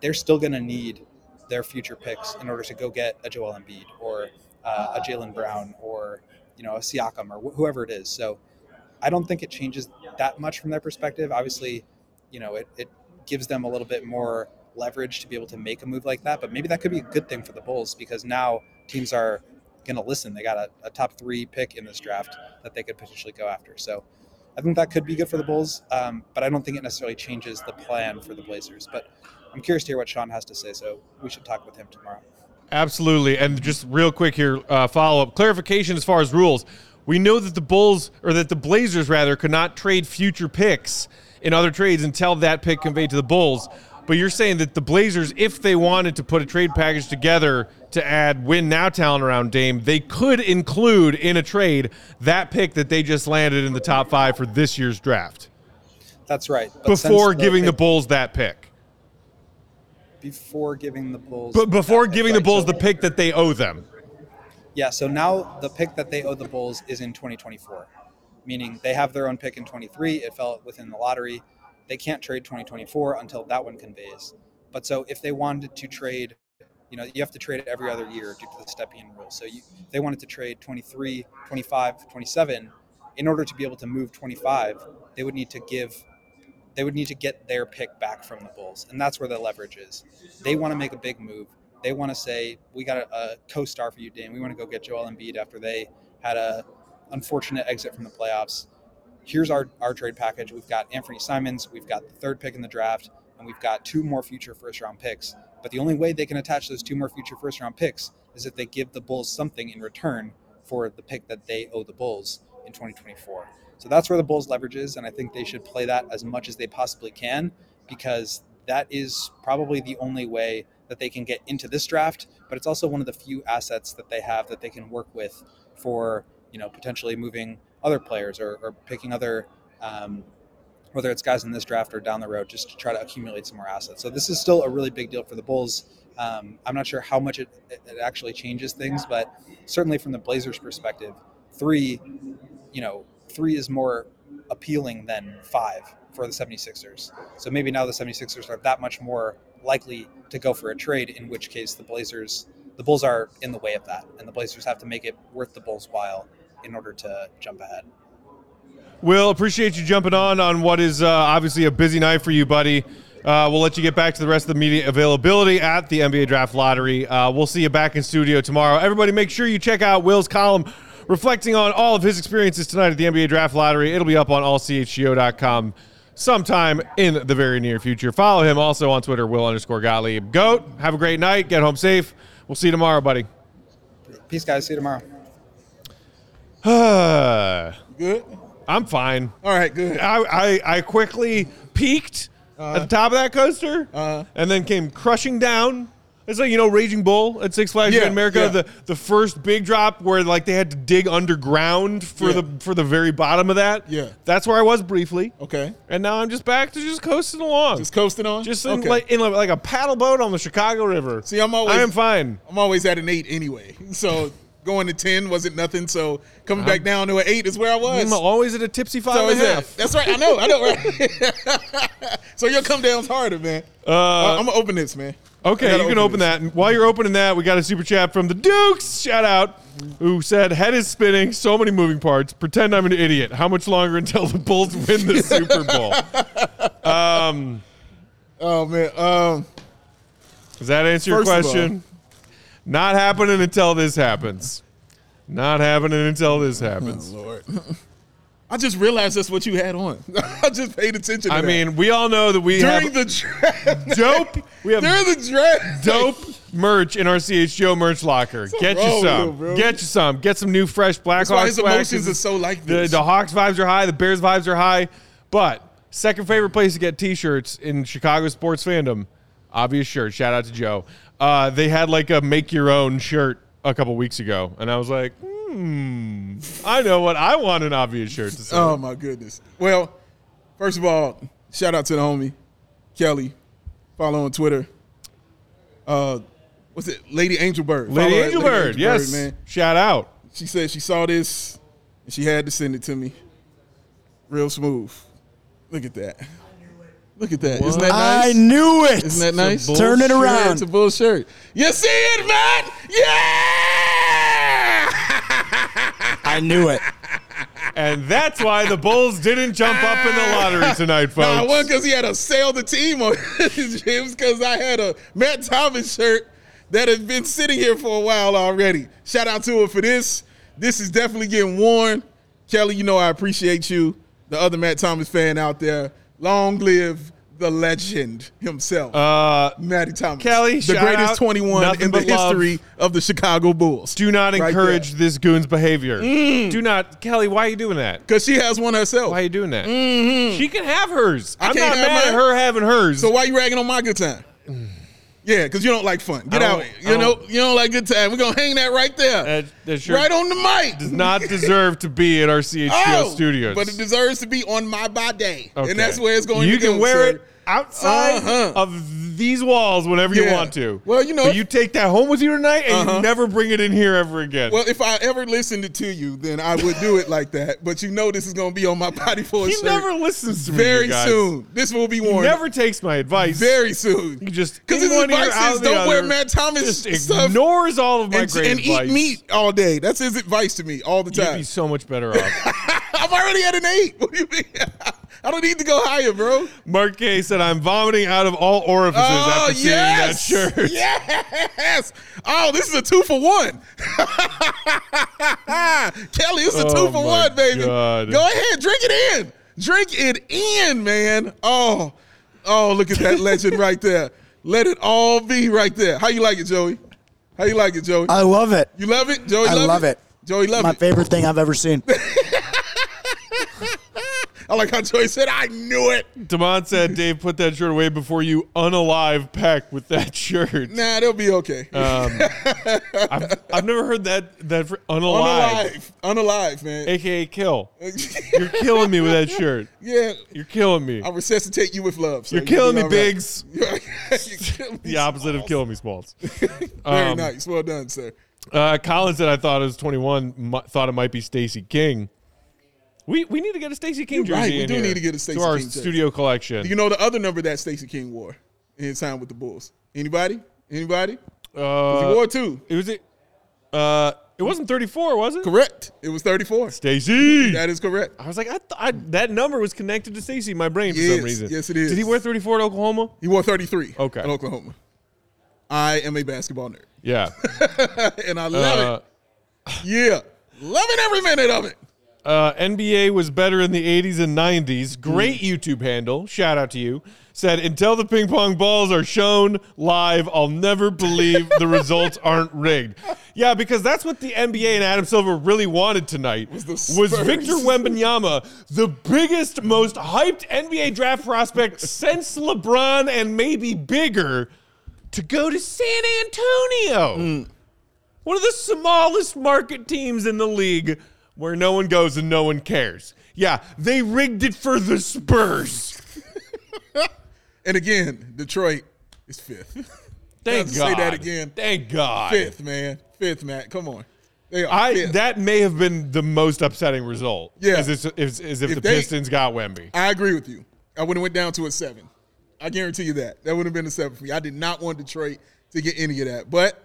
Speaker 5: they're still going to need their future picks in order to go get a Joel Embiid or uh, a Jalen Brown or you know a Siakam or wh- whoever it is. So I don't think it changes that much from their perspective. Obviously, you know it, it gives them a little bit more leverage to be able to make a move like that. But maybe that could be a good thing for the Bulls because now teams are going to listen. They got a, a top three pick in this draft that they could potentially go after. So. I think that could be good for the Bulls, um, but I don't think it necessarily changes the plan for the Blazers. But I'm curious to hear what Sean has to say, so we should talk with him tomorrow.
Speaker 1: Absolutely. And just real quick here, uh, follow up clarification as far as rules. We know that the Bulls, or that the Blazers rather, could not trade future picks in other trades until that pick conveyed to the Bulls. But you're saying that the Blazers, if they wanted to put a trade package together to add win now talent around Dame, they could include in a trade that pick that they just landed in the top five for this year's draft
Speaker 5: That's right. But since
Speaker 1: before giving the
Speaker 5: pick-
Speaker 1: Bulls that pick.
Speaker 5: before giving the Bulls,
Speaker 1: But before giving the
Speaker 5: Right,
Speaker 1: Bulls
Speaker 5: so-
Speaker 1: the pick that they owe them.
Speaker 5: Yeah, so now the pick that they owe the Bulls is in 2024, meaning they have their own pick in 23. It fell within the lottery. They can't trade 2024 until that one conveys. But so if they wanted to trade, you know, you have to trade it every other year due to the step-in rule. So you, if they wanted to trade 23, 25, 27, in order to be able to move 25, they would need to give they would need to get their pick back from the Bulls, and that's where the leverage is. They want to make a big move. They want to say, "We got a, a co-star for you, Dan. We want to go get Joel Embiid." After they had a unfortunate exit from the playoffs. Here's our, our trade package. We've got Anthony Simons, we've got the third pick in the draft, and we've got two more future first round picks. But the only way they can attach those two more future first round picks is if they give the Bulls something in return for the pick that they owe the Bulls in 2024. So that's where the Bulls leverage is, and I think they should play that as much as they possibly can because that is probably the only way that they can get into this draft. But it's also one of the few assets that they have that they can work with for you know potentially moving other players or, or picking other um, whether it's guys in this draft or down the road, just to try to accumulate some more assets. So this is still a really big deal for the Bulls. Um, I'm not sure how much it, it it actually changes things, but certainly from the Blazers' perspective, three, you know, three is more appealing than five for the 76ers. So maybe now the 76ers are that much more likely to go for a trade, in which case the Blazers, the Bulls are in the way of that, and the Blazers have to make it worth the Bulls' while in order to jump ahead.
Speaker 1: Will, appreciate you jumping on on what is uh, obviously a busy night for you, buddy. Uh, we'll let you get back to the rest of the media availability at the NBA Draft Lottery. Uh, we'll see you back in studio tomorrow. Everybody, make sure you check out Will's column reflecting on all of his experiences tonight at the NBA Draft Lottery. It'll be up on allchgo.com sometime in the very near future. Follow him also on Twitter, Will underscore Gottlieb. Goat, have a great night. Get home safe. We'll see you tomorrow, buddy. [sighs]
Speaker 5: Peace, guys. See you tomorrow.
Speaker 2: Good.
Speaker 1: I'm fine.
Speaker 2: All right. Good.
Speaker 1: I, I, I quickly peaked at the top of that coaster
Speaker 2: Uh-huh.
Speaker 1: and then came crushing down. It's like, you know, Raging Bull at Six Flags
Speaker 2: Yeah,
Speaker 1: in America,
Speaker 2: yeah.
Speaker 1: the, the first big drop where like they had to dig underground for
Speaker 2: Yeah.
Speaker 1: the for the very bottom of that.
Speaker 2: Yeah.
Speaker 1: That's where I was briefly.
Speaker 2: Okay.
Speaker 1: And now I'm just back to just coasting along.
Speaker 2: Just coasting on.
Speaker 1: just in,
Speaker 2: okay.
Speaker 1: like in like a paddle boat on the Chicago River.
Speaker 2: See, I'm always-
Speaker 1: I am fine.
Speaker 2: I'm always at an eight anyway. [laughs] So going to ten wasn't nothing. So coming back down to an eight is where I was.
Speaker 1: I'm always at a tipsy five
Speaker 2: so
Speaker 1: and
Speaker 2: is
Speaker 1: a half.
Speaker 2: that? That's right. I know. I know. Right? [laughs] so your come down's harder, man. Uh, I'm gonna open this, man. I
Speaker 1: Okay,
Speaker 2: gotta
Speaker 1: you can open
Speaker 2: this.
Speaker 1: that. And while you're opening that, we got a super chat from the Dukes. Shout out. Who said head is spinning? So many moving parts. Pretend I'm an idiot. How much longer until the Bulls win
Speaker 2: [laughs]
Speaker 1: the Super Bowl?
Speaker 2: Oh man. Um.
Speaker 1: Does that answer your
Speaker 2: First of all-
Speaker 1: question? Not happening until this happens. Not happening until this happens.
Speaker 2: Lord. [laughs] I just realized that's what you had on. [laughs] I just paid attention. to
Speaker 1: I
Speaker 2: that.
Speaker 1: mean, we all know that we
Speaker 2: during
Speaker 1: have [laughs]
Speaker 2: the draft,
Speaker 1: dope. We have
Speaker 2: [laughs] during the draft,
Speaker 1: dope merch in our CH Joe merch locker. Get
Speaker 2: wrong
Speaker 1: you
Speaker 2: with
Speaker 1: some.
Speaker 2: him, bro?
Speaker 1: Get you some. Get some new fresh Blackhawks.
Speaker 2: That's why his
Speaker 1: swag, 'cause
Speaker 2: emotions are
Speaker 1: it's-
Speaker 2: so like
Speaker 1: The,
Speaker 2: this.
Speaker 1: the Hawks vibes are high. The Bears vibes are high. But second favorite place to get T-shirts in Chicago sports fandom, obvious shirt. Shout out to Joe. Uh, they had like a make your own shirt a couple weeks ago, and I was like, hmm, I know what I want an obvious shirt to say.
Speaker 2: Oh my goodness. Well, first of all, shout out to the homie Kelly. Follow on Twitter. Uh, what's it, Lady Angel Bird?
Speaker 1: Lady
Speaker 2: Follow at
Speaker 1: Angel Bird,
Speaker 2: Angel
Speaker 1: yes,
Speaker 2: man.
Speaker 1: shout out.
Speaker 2: She said she saw this and she had to send it to me. Real smooth. Look at that. Look at that. Isn't that
Speaker 3: I
Speaker 2: nice?
Speaker 3: knew it.
Speaker 2: Isn't that nice?
Speaker 1: bull
Speaker 3: Turn it
Speaker 2: shirt.
Speaker 3: around.
Speaker 2: It's a bull shirt. You see it, man? Yeah!
Speaker 3: I knew it.
Speaker 1: And that's why the Bulls didn't jump up in the lottery tonight, folks.
Speaker 2: [laughs] Nah, it wasn't because he had to sell the team on [laughs] it was because I had a Matt Thomas shirt that had been sitting here for a while already. Shout out to him for this. This is definitely getting worn. Kelly, you know I appreciate you. The other Matt Thomas fan out there. Long live the legend himself.
Speaker 1: Uh,
Speaker 2: Matty Thomas.
Speaker 1: Kelly,
Speaker 2: the
Speaker 1: shout
Speaker 2: greatest
Speaker 1: out.
Speaker 2: 21
Speaker 1: Nothing
Speaker 2: in the
Speaker 1: but love.
Speaker 2: history of the Chicago Bulls.
Speaker 1: do not
Speaker 2: Right
Speaker 1: encourage
Speaker 2: there. Mm.
Speaker 1: this goon's behavior. Do not, Kelly. Why are you doing that?
Speaker 2: Cause she has one herself.
Speaker 1: Why are you doing that? She can have hers.
Speaker 2: Mm-hmm. I
Speaker 1: I'm
Speaker 2: can't
Speaker 1: not
Speaker 2: have
Speaker 1: mad at
Speaker 2: mine.
Speaker 1: her having hers.
Speaker 2: So why you ragging on my good time? Yeah, because you don't like fun. Get
Speaker 1: I
Speaker 2: out.
Speaker 1: don't- I
Speaker 2: You know
Speaker 1: don't-
Speaker 2: you don't like good time. We're gonna hang that right there.
Speaker 1: that, that sure
Speaker 2: right on the mic. Oh,
Speaker 1: does not deserve to be at our CHGO
Speaker 2: [laughs]
Speaker 1: studios.
Speaker 2: But it deserves to be on my body.
Speaker 1: Okay.
Speaker 2: And that's where it's going
Speaker 1: You
Speaker 2: to
Speaker 1: can
Speaker 2: go,
Speaker 1: wear
Speaker 2: sir.
Speaker 1: it outside
Speaker 2: Uh-huh.
Speaker 1: of these walls whenever you
Speaker 2: Yeah.
Speaker 1: want to.
Speaker 2: Well, you know- Uh-huh.
Speaker 1: But you take that home with you tonight and you never bring it in here ever again.
Speaker 2: Well, if I ever listened to you, then I would do it like that. But you know this is gonna be on my body for a
Speaker 1: he
Speaker 2: shirt
Speaker 1: never listens to me.
Speaker 2: very
Speaker 1: you guys.
Speaker 2: soon. This will
Speaker 1: He
Speaker 2: be worn.
Speaker 1: never takes my advice.
Speaker 2: very soon.
Speaker 1: He just
Speaker 2: because
Speaker 1: in
Speaker 2: his
Speaker 1: one ear,
Speaker 2: advice
Speaker 1: out
Speaker 2: is
Speaker 1: of the
Speaker 2: don't wear
Speaker 1: other,
Speaker 2: Matt Thomas
Speaker 1: Just
Speaker 2: stuff
Speaker 1: ignores all of my
Speaker 2: and,
Speaker 1: great
Speaker 2: and
Speaker 1: advice.
Speaker 2: eat meat all day. That's his advice to me all the
Speaker 1: You'd
Speaker 2: time. [laughs]
Speaker 1: be so much better off.
Speaker 2: I'm already at an eight. What do you mean? I don't need to go higher, bro.
Speaker 1: Mark K said, I'm vomiting out of all orifices
Speaker 2: Oh,
Speaker 1: after seeing that
Speaker 2: yes.
Speaker 1: shirt.
Speaker 2: [laughs] Yes. Oh, this is a two for one. [laughs] Kelly, it's a two
Speaker 1: Oh, my
Speaker 2: for one, baby.
Speaker 1: God.
Speaker 2: Go ahead. Drink it in. Drink it in, man. Oh, oh, look at that legend right there. Let it all be right there. How you like it, Joey? How you like it, Joey?
Speaker 3: I love it.
Speaker 2: you love it? Joey
Speaker 3: I
Speaker 2: love,
Speaker 3: love it.
Speaker 2: Joey love
Speaker 3: My
Speaker 2: it.
Speaker 3: favorite thing I've ever seen.
Speaker 2: I like how Joey said, I knew it.
Speaker 1: Damon said, Dave, put that shirt away before you unalive Peck with that shirt.
Speaker 2: Nah, they'll be okay.
Speaker 1: I've, I've never heard that, that fr- unalive,
Speaker 2: unalive. Unalive, man.
Speaker 1: aka kill. You're killing me with that shirt.
Speaker 2: [laughs] yeah.
Speaker 1: You're killing me.
Speaker 2: I resuscitate you with love. so
Speaker 1: You're
Speaker 2: you'll be
Speaker 1: killing me,
Speaker 2: all right.
Speaker 1: Biggs.
Speaker 2: [laughs] You're killing me.
Speaker 1: The opposite of killing me, Smalls.
Speaker 2: Very
Speaker 1: Um,
Speaker 2: nice. Well done, sir.
Speaker 1: Uh, Colin said, I thought it was 21, mi- thought it might be Stacey King. We, we need to get a Stacey King
Speaker 2: You're
Speaker 1: jersey.
Speaker 2: right, we
Speaker 1: in
Speaker 2: do
Speaker 1: here
Speaker 2: need to get a Stacey
Speaker 1: to our
Speaker 2: King jersey.
Speaker 1: studio collection.
Speaker 2: Do you know the other number that Stacey King wore in his time with the Bulls? Anybody? Anybody?
Speaker 1: Uh,
Speaker 2: he wore two.
Speaker 1: It was it. Uh, it wasn't 34, was it?
Speaker 2: Correct. It was 34.
Speaker 1: Stacy.
Speaker 2: That is correct.
Speaker 1: I was like, I, th- I that number was connected to Stacy in my brain for
Speaker 2: Yes,
Speaker 1: some reason.
Speaker 2: yes, it is.
Speaker 1: Did he wear 34 at Oklahoma?
Speaker 2: He wore 33
Speaker 1: Okay.
Speaker 2: at Oklahoma. I am a basketball nerd.
Speaker 1: Yeah.
Speaker 2: and I
Speaker 1: uh,
Speaker 2: love it. Yeah. Loving every minute of it.
Speaker 1: uh, NBA was better in the 80s and
Speaker 2: Hmm.
Speaker 1: 90s. Great YouTube handle. Shout out to you. Said until the ping pong balls are shown live, I'll never believe the
Speaker 2: [laughs]
Speaker 1: results aren't rigged. Yeah, because that's what the NBA and Adam Silver really wanted tonight was,
Speaker 2: the Spurs.
Speaker 1: Victor Wembanyama, the biggest, most hyped NBA draft
Speaker 2: [laughs]
Speaker 1: prospect since LeBron and maybe bigger, to go to San Antonio one of the smallest market teams in the league where no one goes and no one cares. Yeah, they rigged it for the Spurs.
Speaker 2: And again, Detroit is fifth. [laughs]
Speaker 1: Thank
Speaker 2: Say
Speaker 1: God.
Speaker 2: that again.
Speaker 1: Thank God.
Speaker 2: fifth, man. Fifth, Matt. Come on. They are
Speaker 1: I
Speaker 2: fifth.
Speaker 1: that may have been the most upsetting result.
Speaker 2: Yeah.
Speaker 1: is, it's- is- is if,
Speaker 2: If
Speaker 1: the
Speaker 2: they-
Speaker 1: Pistons got Wemby.
Speaker 2: I agree with you. I would have went down to a seven. I guarantee you that. That would have been a seven for me. I did not want Detroit to get any of that. But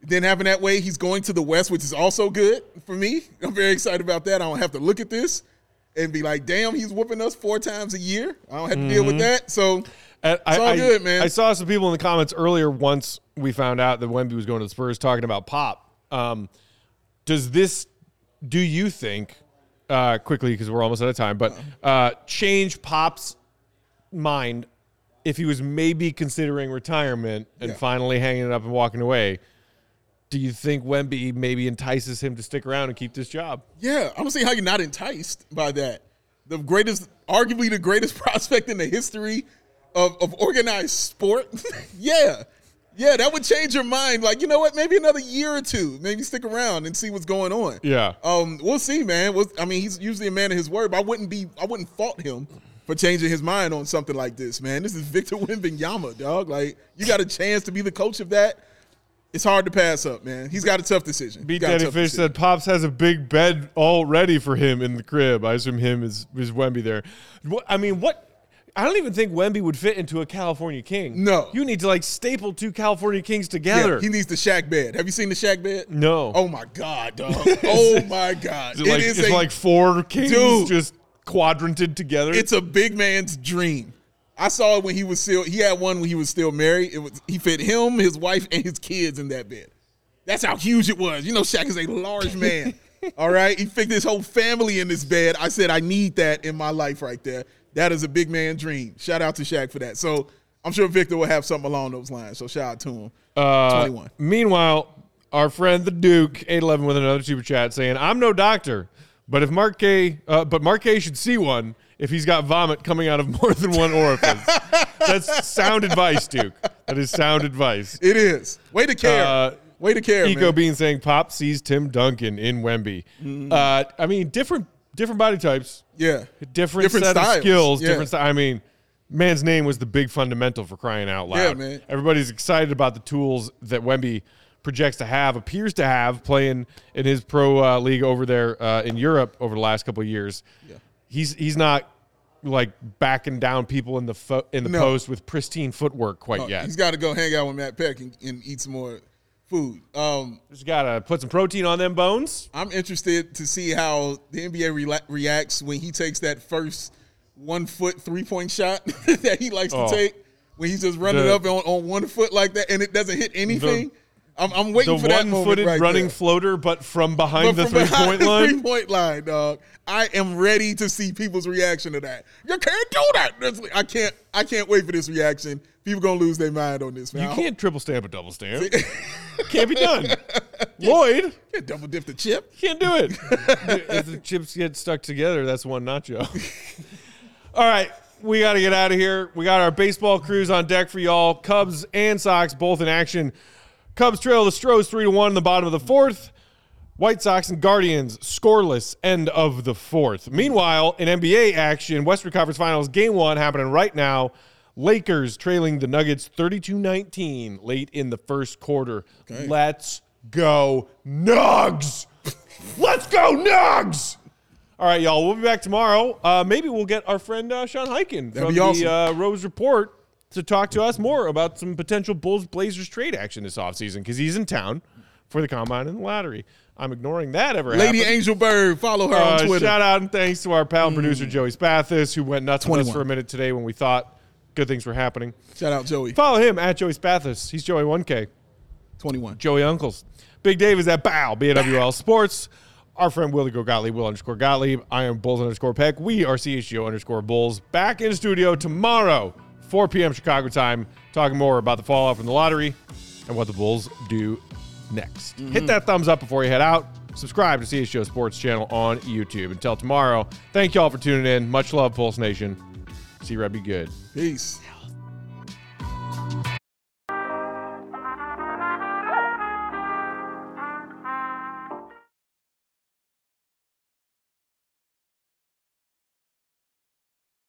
Speaker 2: then having that way, he's going to the West, which is also good for me. I'm very excited about that. I don't have to look at this and be like, damn, he's whooping us four times a year. I don't have to
Speaker 1: Mm-hmm.
Speaker 2: deal with that. So
Speaker 1: And I,
Speaker 2: It's all
Speaker 1: I-
Speaker 2: good, man.
Speaker 1: I saw some people in the comments earlier once we found out that Wemby was going to the Spurs talking about Pop. Um, does this, do you think, uh, quickly, because we're almost out of time, but uh, change Pop's mind if he was maybe considering retirement and
Speaker 2: Yeah.
Speaker 1: finally hanging it up and walking away? Do you think Wemby maybe entices him to stick around and keep this job?
Speaker 2: Yeah, I don't see how you're not enticed by that. The greatest, arguably the greatest [laughs] prospect in the history of, of organized sport. [laughs] yeah, yeah, that would change your mind. Like, you know what? Maybe another year or two. Maybe stick around and see what's going on.
Speaker 1: Yeah.
Speaker 2: Um, we'll see, man. We'll, I mean, he's usually a man of his word, but I wouldn't be, I wouldn't fault him for changing his mind on something like this, man. This is Victor [laughs] Wembanyama, dog. Like, you got a chance to be the coach of that. It's hard to pass up, man. He's got a tough decision.
Speaker 1: Beat
Speaker 2: He's got a
Speaker 1: Daddy
Speaker 2: tough
Speaker 1: Fish
Speaker 2: decision.
Speaker 1: said Pops has a big bed all ready for him in the crib. I assume him is is Wemby there. What, I mean, what? I don't even think Wemby would fit into a California King.
Speaker 2: No.
Speaker 1: you need to like staple two California Kings
Speaker 2: Yeah,
Speaker 1: together.
Speaker 2: he needs the shack bed. Have you seen the shack bed?
Speaker 1: no,
Speaker 2: Oh my
Speaker 1: [laughs]
Speaker 2: god, dog. Oh my god.
Speaker 1: is it like,
Speaker 2: it is
Speaker 1: it's
Speaker 2: a,
Speaker 1: like four Kings
Speaker 2: Dude.
Speaker 1: just quadranted together.
Speaker 2: it's a big man's dream. I saw it when he was still he had one when he was still married. It was he fit him, his wife, and his kids in that bed. That's how huge it was. You know, Shaq is a large
Speaker 1: [laughs]
Speaker 2: man. All right. He fit his whole family in this bed. I said, I need that in my life right there. That is a big man dream. Shout out to Shaq for that. So I'm sure Victor will have something along those lines. So shout out to him.
Speaker 1: Uh,
Speaker 2: 21.
Speaker 1: Meanwhile, our friend the Duke, eight eleven, with another super chat saying, "I'm no doctor, but if Mark K, uh, but Mark K should see one if he's got vomit coming out of [laughs] more than one orifice." That's sound advice, Duke. That is sound advice.
Speaker 2: It is. Way to care.
Speaker 1: Uh,
Speaker 2: Way to care.
Speaker 1: Eco
Speaker 2: man.
Speaker 1: Bean saying, "Pop sees Tim Duncan in Wemby." Uh, I mean, different different body types,
Speaker 2: Yeah.
Speaker 1: different,
Speaker 2: Different
Speaker 1: set
Speaker 2: styles,
Speaker 1: of skills,
Speaker 2: yeah.
Speaker 1: different. St- I mean. Man's name was the big fundamental for crying out loud.
Speaker 2: Yeah, man.
Speaker 1: Everybody's excited about the tools that Wemby projects to have, appears to have, playing in his pro uh, league over there uh, in Europe over the last couple of years. Yeah. He's he's not like backing down people in the fo- in the
Speaker 2: No.
Speaker 1: post with pristine footwork quite
Speaker 2: Oh,
Speaker 1: yet.
Speaker 2: He's got to go hang out with Matt Peck and, and eat some more food. Um,
Speaker 1: Just gotta put some protein on them bones.
Speaker 2: I'm interested to see how the NBA rela reacts when he takes that first one foot three point shot [laughs] that he likes
Speaker 1: Oh.
Speaker 2: to take when he's just running
Speaker 1: The-
Speaker 2: up on, on one foot like that and it doesn't hit anything. I'm, I'm
Speaker 1: The
Speaker 2: waiting for that
Speaker 1: one
Speaker 2: moment
Speaker 1: footed
Speaker 2: right
Speaker 1: running
Speaker 2: there.
Speaker 1: floater, but from behind
Speaker 2: But
Speaker 1: the
Speaker 2: from
Speaker 1: three
Speaker 2: behind
Speaker 1: point
Speaker 2: [laughs] the
Speaker 1: line.
Speaker 2: three-point line, dog. I am ready to see people's reaction to that. You can't do that. That's- I can't. I can't wait for this reaction. People gonna lose their mind on this. Man.
Speaker 1: You
Speaker 2: I
Speaker 1: can't triple stamp a double stamp. [laughs] can't be [laughs] done. Lloyd
Speaker 2: hope- double dip the chip.
Speaker 1: can't do it. [laughs] if the chips get stuck together, that's one nacho. All right, we got to get out of here. We got our baseball cruise on deck for y'all. Cubs and Sox both in action. Cubs trail the Stros three to one in the bottom of the fourth. White Sox and Guardians scoreless end of the fourth. Meanwhile, in NBA action, Western Conference Finals game one happening right now. Lakers trailing the Nuggets 32 19 late in the first quarter. Let's go, Nugs! [laughs] Let's go, Nugs! All right, y'all. We'll be back tomorrow. Uh, maybe we'll get our friend uh, Sean Hyken from
Speaker 2: be awesome.
Speaker 1: the uh, Rose Report to talk to us more about some potential Bulls Blazers trade action this offseason because he's in town for the combine and the lottery. I'm ignoring that ever.
Speaker 2: Lady
Speaker 1: happened.
Speaker 2: Angel Bird, follow her on
Speaker 1: Uh,
Speaker 2: Twitter. Mm.
Speaker 1: Shout out and thanks to our pal and producer Joey Spathis who went nuts with us
Speaker 2: 21.
Speaker 1: for a minute today when we thought good things were happening.
Speaker 2: Shout out Joey.
Speaker 1: Follow him at Joey Spathis. He's Joey One K.
Speaker 2: Twenty one.
Speaker 1: Joey Uncles. Big Dave is at Bow, BWL Sports. Our friend Willie Go Gottlieb, Will underscore Gottlieb. I am Bulls underscore Peck. We are CHGO underscore Bulls. Back in studio tomorrow, 4 p.m. Chicago time, talking more about the fallout from the lottery and what the Bulls do next. Hit that thumbs up before you head out. Subscribe to CHGO Sports channel on YouTube. Until tomorrow, thank y'all for tuning in. Much love, Pulse Nation. See you, right, be good.
Speaker 2: Peace.